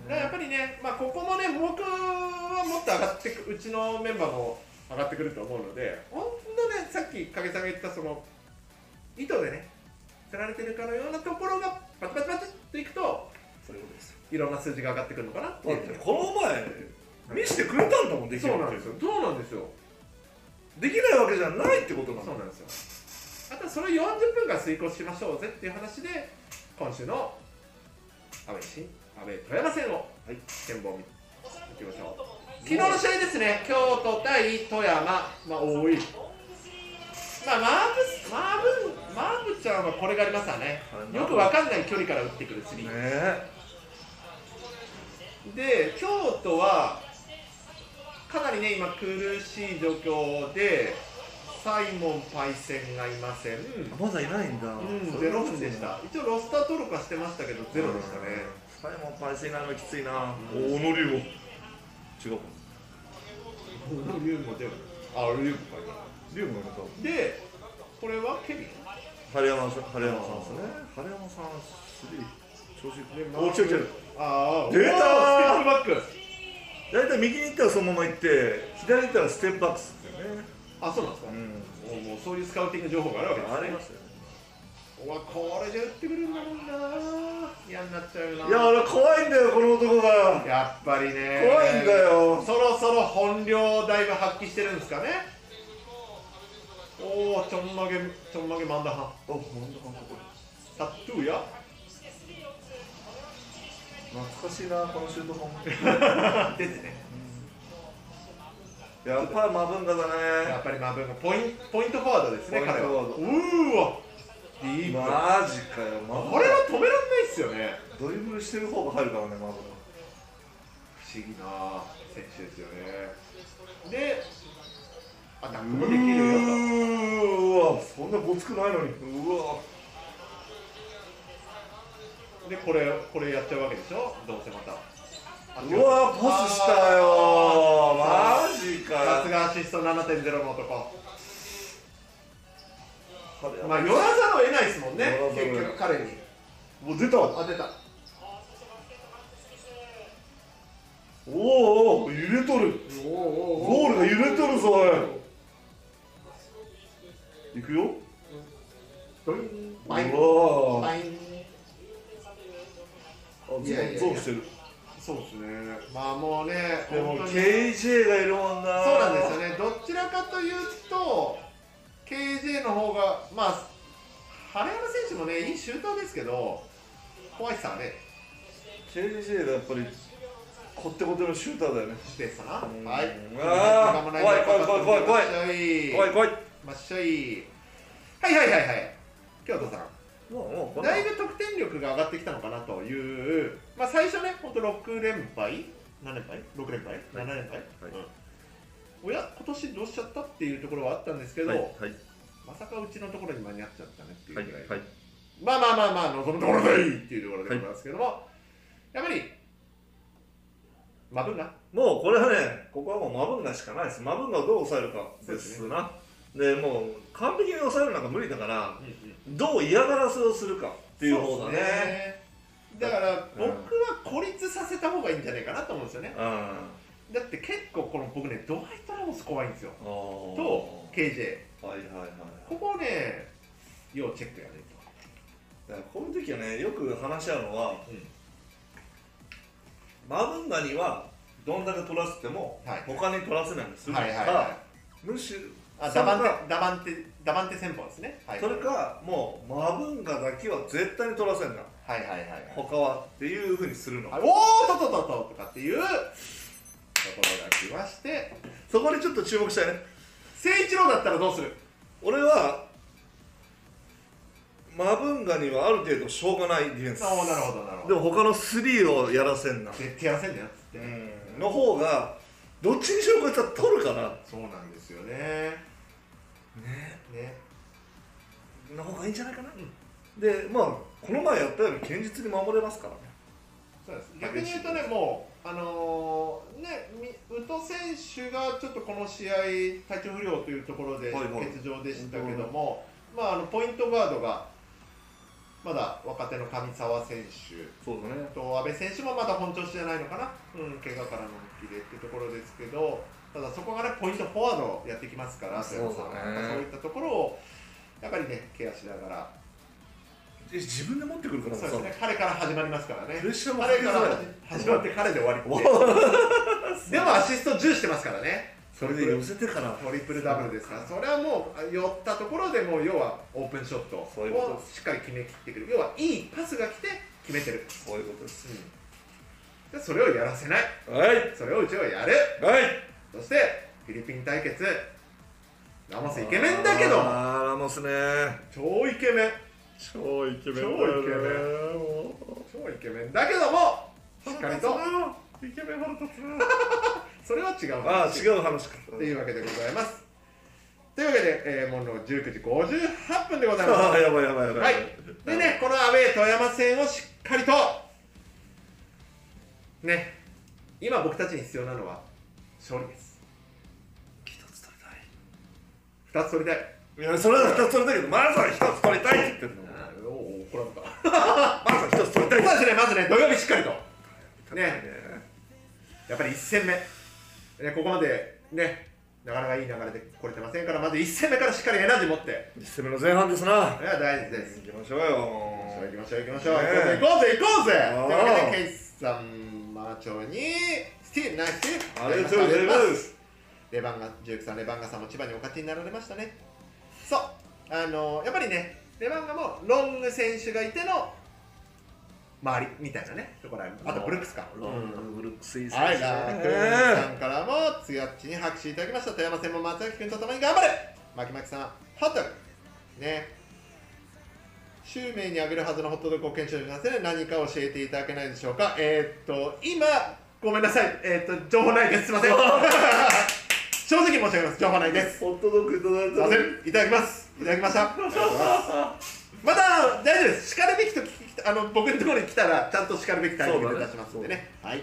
Speaker 2: だからやっぱりね、まあ、ここもね、僕はもっと上がってく、うちのメンバーも上がってくると思うので、ほんのね、さっき影さんが言った、その、糸でね、釣られてるかのようなところが、パチパチパチっていくと、
Speaker 6: そういうことですよ
Speaker 2: いろんな数字が上がってくるのかなってい
Speaker 6: だ
Speaker 2: う
Speaker 6: ってこの前見せてくれたんだもんできる
Speaker 2: そうなん
Speaker 6: って
Speaker 2: ですよ。そうなんですよ。
Speaker 6: できないわけじゃないってことな
Speaker 2: そ
Speaker 6: の
Speaker 2: うなんですよ。あとはそれ40分間遂行しましょうぜっていう話で、今週の安倍新、安倍富山戦を、はい、展望を見ていきましょう。昨日の試合ですね、京都対富山、まあ、多い。まあ、マーブ、マーブ、マーブちゃんはこれがありますわね。よくわかんない距離から打ってくるスリ
Speaker 6: ね
Speaker 2: ー。
Speaker 6: え
Speaker 2: で、京都は、かなりね、今苦しい状況で、サイモンパイセンがいません。
Speaker 6: まだいないんだ
Speaker 2: うん、ゼロ分でした。一応ロスター登録はしてましたけど、ゼロでしたね。
Speaker 6: サイモンパイセンがいるのきつい
Speaker 2: う
Speaker 6: なお
Speaker 2: ん
Speaker 6: おのりも違うか
Speaker 2: リュウも出る。あ、リュウか。
Speaker 6: リュウもまた
Speaker 2: で、これはケビン
Speaker 6: 晴山さん晴山さんですね晴山さんスリー調子いい
Speaker 2: で
Speaker 6: お来てる来てる
Speaker 2: ああ、
Speaker 6: 出たー
Speaker 2: おーステップバック。
Speaker 6: 大体右に行ったらそのまま行って左に行ったらステップバックするんだよね
Speaker 2: あ、そうなんですか。
Speaker 6: う
Speaker 2: もうもうそういうスカウティング情報があるわけです
Speaker 6: んあり
Speaker 2: ね
Speaker 6: ま。したよね
Speaker 2: うわ、これで打ってくるんだもんな。嫌になっちゃうな。
Speaker 6: いや俺怖いんだよこの男が
Speaker 2: やっぱりね。
Speaker 6: 怖いんだよ
Speaker 2: そろそろ本領をだいぶ発揮してるんですかね。おー、ちょんまげ、ちょんまげマンダハン。
Speaker 6: おなんだかんだこれ
Speaker 2: タトゥーや
Speaker 6: 懐かしいなこのシュートフォーム
Speaker 2: 出てね。
Speaker 6: やっぱりマブンガだ
Speaker 2: や
Speaker 6: ね
Speaker 2: っぱりマブンガ、ポインポイントフォワードですね、
Speaker 6: ポイント
Speaker 2: 彼は。
Speaker 6: フォワ
Speaker 2: う
Speaker 6: ード
Speaker 2: ーわ、ディープ。あ
Speaker 6: マジかよマブンガ
Speaker 2: れは止められないっすよね。
Speaker 6: ドリブルしてる方が入るからねマブン
Speaker 2: 不思議な選手ですよね。で、あ、ナック
Speaker 6: ガ
Speaker 2: もできるよと。
Speaker 6: うーわそんなごつくないのにうわ
Speaker 2: で、これ、これやっちゃうわけでしょどうせまた。
Speaker 6: うわーパスしたよマジか
Speaker 2: さすがアシスト7.0の男。まあ、
Speaker 6: ま
Speaker 2: 寄らざるを得ないですもんね
Speaker 6: 寄らざるを、得ない
Speaker 2: 結局彼に。
Speaker 6: お出た
Speaker 2: あ、出た。
Speaker 6: おーおー揺れとる
Speaker 2: おお
Speaker 6: ゴールが揺れとるぞおいいくよ
Speaker 2: ドリン
Speaker 6: う
Speaker 2: バイン
Speaker 6: わーあ
Speaker 2: バイン
Speaker 6: ゾ
Speaker 2: いやいやい
Speaker 6: ン
Speaker 2: や
Speaker 6: ゾンしてる
Speaker 2: そうですね。まあもうね、
Speaker 6: でも
Speaker 2: 本当に
Speaker 6: KJ がいるもんな
Speaker 2: そうなんですよね。どちらかというと、KJ の方が、まあ、晴山選手もね、いいシューターですけど、怖いさはね、
Speaker 6: KJ がやっぱりこってこてのシューターだよね
Speaker 2: ですな。
Speaker 6: ん
Speaker 2: はい。
Speaker 6: あー怖い怖い怖い怖い怖い
Speaker 2: まっしょい。
Speaker 6: 怖い怖い
Speaker 2: まっしょい。はいはいはいはい。京都さん。
Speaker 6: もうもうこんな
Speaker 2: だいぶ得点力が上がってきたのかなという、まあ、最初ね、本当6連敗、何連敗 ?6 連敗 ?7 連敗、うんおや、今年どうしちゃったっていうところはあったんですけど、
Speaker 7: はいはい
Speaker 2: まさかうちのところに間に合っちゃったねっていう
Speaker 7: はい
Speaker 2: ぐらい、
Speaker 7: はい
Speaker 2: まあまあまあまあ、望むところでいいっていうところでございますけども、やっぱり、マブンガ、
Speaker 6: もうこれはねここはもうマブンガしかないですマブンガをどう抑えるかですなでもう完璧に抑えるなんか無理だからどう嫌がらせをするかっていう方
Speaker 2: そ
Speaker 6: だね
Speaker 2: うですねだから
Speaker 6: うん
Speaker 2: 僕は孤立させた方がいいんじゃないかなと思うんですよね。
Speaker 6: うん
Speaker 2: だって結構この僕ね、ドハイトラモス怖いんですよ。と
Speaker 6: と
Speaker 2: KJ
Speaker 6: はいはいはい
Speaker 2: ここをね要チェックやね
Speaker 6: だからこういう時はねよく話し合うのは、
Speaker 2: うん
Speaker 6: マブンガにはどんだけ取らせても、
Speaker 2: はい
Speaker 6: 他に取らせないんです
Speaker 2: と
Speaker 6: る
Speaker 2: はいはいはい
Speaker 6: むしろ
Speaker 2: あ
Speaker 6: そ
Speaker 2: ダ
Speaker 6: れ
Speaker 2: バン
Speaker 6: か
Speaker 2: テダバンテダバンテ戦法ですねはい
Speaker 6: それかもうマブンガだけは絶対に取らせんだ
Speaker 2: はいはいはいはい
Speaker 6: 他はっていうふうにするの
Speaker 2: あおーとととととかっていうところが来まして
Speaker 6: そこにちょっと注目したいね
Speaker 2: 誠一郎だったらどうする
Speaker 6: 俺はマブンガにはある程度しょうがないディフェンス
Speaker 2: ああなるほどなるほ
Speaker 6: で
Speaker 2: ど
Speaker 6: も他の3をやらせんな、
Speaker 2: 絶対やらせんだよっつって、
Speaker 6: うん、の方がどっちにしようかやったら取るから
Speaker 2: そうなんですよねねね
Speaker 6: の方がいいんじゃないかな、でまあこの前やったより堅実に守れますからね
Speaker 2: そうです逆に言うとね、もう、あのーね、み宇都選手がちょっとこの試合、体調不良というところで
Speaker 6: はいはい
Speaker 2: 欠場でしたけども、まあ、あのポイントガードが、まだ若手の上沢選手
Speaker 6: そうだね
Speaker 2: と阿部選手もまだ本調子じゃないのかな、うん、怪我からの復帰でっていうところですけど、ただそこがね、ポイントフォワードをやってきますから、
Speaker 6: そうだね
Speaker 2: 富山さんやっぱそういったところを、やっぱりね、ケアしながら、
Speaker 6: え自分で持ってくるから
Speaker 2: そ
Speaker 6: さ
Speaker 2: うですね、彼から始まりますからね。
Speaker 6: プレッシャーもか
Speaker 2: 彼
Speaker 6: け
Speaker 2: か
Speaker 6: づ
Speaker 2: ら
Speaker 6: らい
Speaker 2: 始まって彼で終わりって でもアシスト10してますからね
Speaker 6: それで寄せてから
Speaker 2: トリプルダブルですからそれはもう寄ったところでもう要はオープンショットを
Speaker 6: そういうことで
Speaker 2: しっかり決めきってくる要はいいパスが来て決めてる、
Speaker 6: そういうことです
Speaker 2: でそれをやらせない
Speaker 6: はいはい
Speaker 2: それをうちはやるそしてフィリピン対決ラモスイケメンだけど
Speaker 6: あーラモスね
Speaker 2: 超イケメン
Speaker 6: 超イケメンだ
Speaker 2: 超イケメ超イケメンだけどもしっかりと
Speaker 6: イケメン腹立つな
Speaker 2: それは違う
Speaker 6: あー違う話か
Speaker 2: というわけでございます。というわけで、えー、もう19時58分でござい
Speaker 6: あ
Speaker 2: ま
Speaker 6: あやばいやばいや
Speaker 2: す。
Speaker 6: ば
Speaker 2: はいい。でね、このアウェー富山戦をしっかりと、ね、今僕たちに必要なのは勝利です。
Speaker 6: 一つ取り
Speaker 2: 2つ取りたい。
Speaker 6: たいいやそれは二つ取りたいけどまずは一つ取りたいって言ってるのま
Speaker 2: あーおー怒らんか。
Speaker 6: ずは一つ取りたい
Speaker 2: まずね、まずね、土曜日しっかりと。ね、
Speaker 6: ね
Speaker 2: やっぱり1戦目。ね、ここまで、ね、なかなかいい流れで来れてませんから、まず1戦目からしっかりエナジー持って、ね、
Speaker 6: 一戦目の前半ですな
Speaker 2: 大事です。
Speaker 6: 行きましょうよ
Speaker 2: 行きましょう行きましょう
Speaker 6: ねえ
Speaker 2: 行こうぜ行こうぜ
Speaker 6: あー
Speaker 2: というわけでケイスさんマーチョにスティーブナイススティーブ
Speaker 6: ありがとうございます
Speaker 2: レバンガジュークさんレバンガさんも千葉にお勝ちになられましたねそうあのやっぱりねレバンガもロング選手がいての周りみたいなねところあるあとブルックスか
Speaker 6: ロンドンブルックスイス
Speaker 2: はい、ラークーンさんからも、つやっちに拍手いただきました。富山戦も松崎君と共に頑張れまきまきさん、ハットグね。襲名にあげるはずのホットドッグを検証しますね。何か教えていただけないでしょうか。えー、っと、今、ごめんなさい。えー、っと、情報ないです。すいません。正直申し上げます。情報ないです。
Speaker 6: ホットドッグいただい
Speaker 2: すいま
Speaker 6: た
Speaker 2: せ
Speaker 6: ら
Speaker 2: ん。いただきます。いただきました。ありがとうございますまだ大丈夫です。叱るべきと聞きあの僕のところに来たらちゃんと叱るべきタイミングで出しますんでね。はい。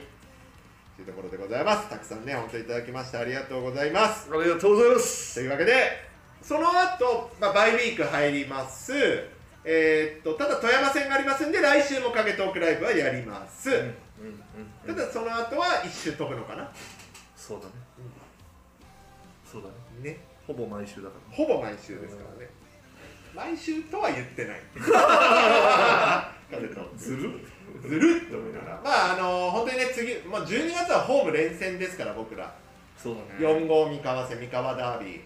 Speaker 2: というところでございます。たくさんね本当にいただきましてありがとうございます。
Speaker 6: ありがとうございます
Speaker 2: というわけでその後まあバイウィーク入ります。えーっとただ富山戦がありますんで来週も影トークライブはやります。
Speaker 6: うんうん
Speaker 2: ただその後は一周飛ぶのかな。
Speaker 6: そうだねそうだね
Speaker 2: ね。
Speaker 6: ほぼ毎週だから
Speaker 2: ほぼ毎週ですからね。毎週とは言ってない。風と
Speaker 6: ずる
Speaker 2: ずるっと見ながら、まああの本当にね、次、まあ、12月はホーム連戦ですから、僕ら、
Speaker 6: そうだね
Speaker 2: 4号三河戦、三河ダービー、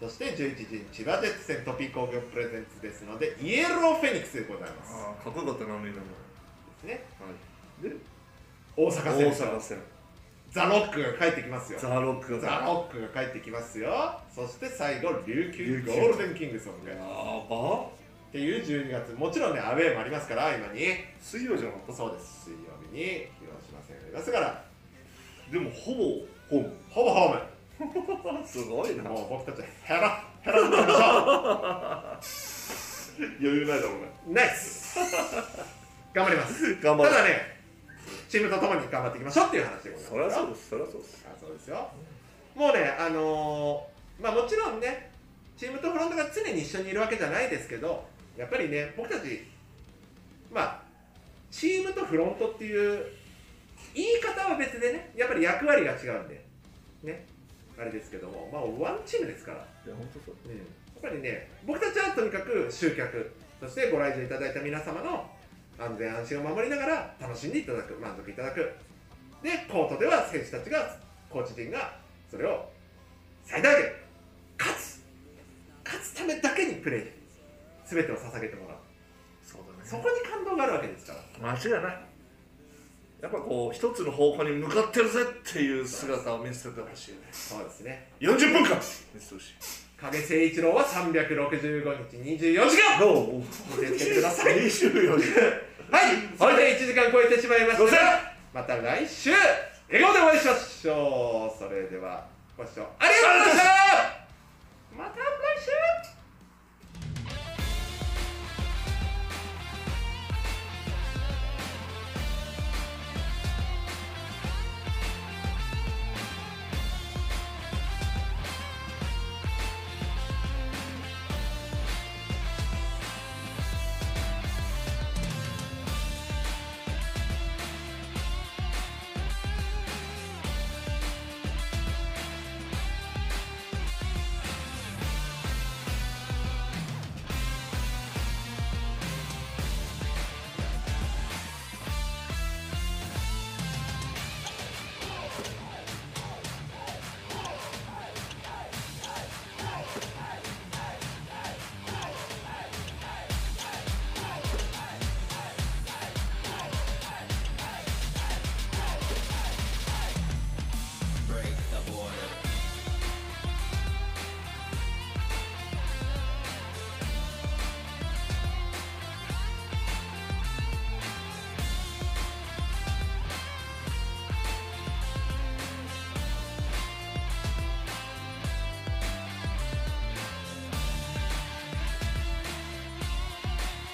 Speaker 2: そして11時に千葉ジェッツ戦、トピ工業プレゼンツですので、イエローフェニックスでございます。
Speaker 6: ああかっこよかったなみんなも
Speaker 2: ね、
Speaker 6: で
Speaker 2: 大
Speaker 6: 大
Speaker 2: 阪戦、
Speaker 6: 阪戦
Speaker 2: ザ・ロックが帰ってきますよ。
Speaker 6: ザ・ロックが
Speaker 2: ザ・ロックが帰ってきますよ。そして最後、琉球
Speaker 6: 琉球
Speaker 2: ゴールデンキングスを迎
Speaker 6: や
Speaker 2: えます。
Speaker 6: ば
Speaker 2: っていう12月、もちろんね、アウェーもありますから、今に。
Speaker 6: 水曜じゃなかっ
Speaker 2: そうです、水曜日に広島戦がありますから、
Speaker 6: たでもほぼホーム
Speaker 2: ほぼホーム。
Speaker 6: すごいな
Speaker 2: もう僕たちヘラヘラになりましょ
Speaker 6: 余裕ないだろうね
Speaker 2: うナイス頑張ります
Speaker 6: 頑
Speaker 2: た
Speaker 6: 張る
Speaker 2: だねチームとともに頑張っていきましょうっていう話でございます
Speaker 6: そりゃそうですそりゃそうです
Speaker 2: あそうですよもうねあのーまあもちろんねチームとフロントが常に一緒にいるわけじゃないですけどやっぱりね僕たちまあチームとフロントっていう言い方は別でねやっぱり役割が違うんでねあれですけどもまあワンチームですから
Speaker 6: いや本当そう
Speaker 2: うんやっぱりね、僕たちはとにかく集客、そしてご来場いただいた皆様の安全安心を守りながら楽しんでいただく、満足いただく。で、コートでは選手たちが、コーチ陣がそれを最大限、勝つ勝つためだけにプレー、すべてを捧げてもらう。
Speaker 6: そう
Speaker 2: そこに感動があるわけですから。
Speaker 6: だね間違いないやっぱこう一つの方向に向かってるぜっていう姿を見せてほしいよね
Speaker 2: そうですね。
Speaker 6: 40分間見せてほしい
Speaker 2: 影誠一郎は365日24時間
Speaker 6: ど う
Speaker 2: 見せてください
Speaker 6: 24時
Speaker 2: はい、それで1時間超えてしまいました
Speaker 6: ごめん
Speaker 2: が、また来週、笑顔でお会いしましょう。それでは、ご視聴ありがとうございましたまた来週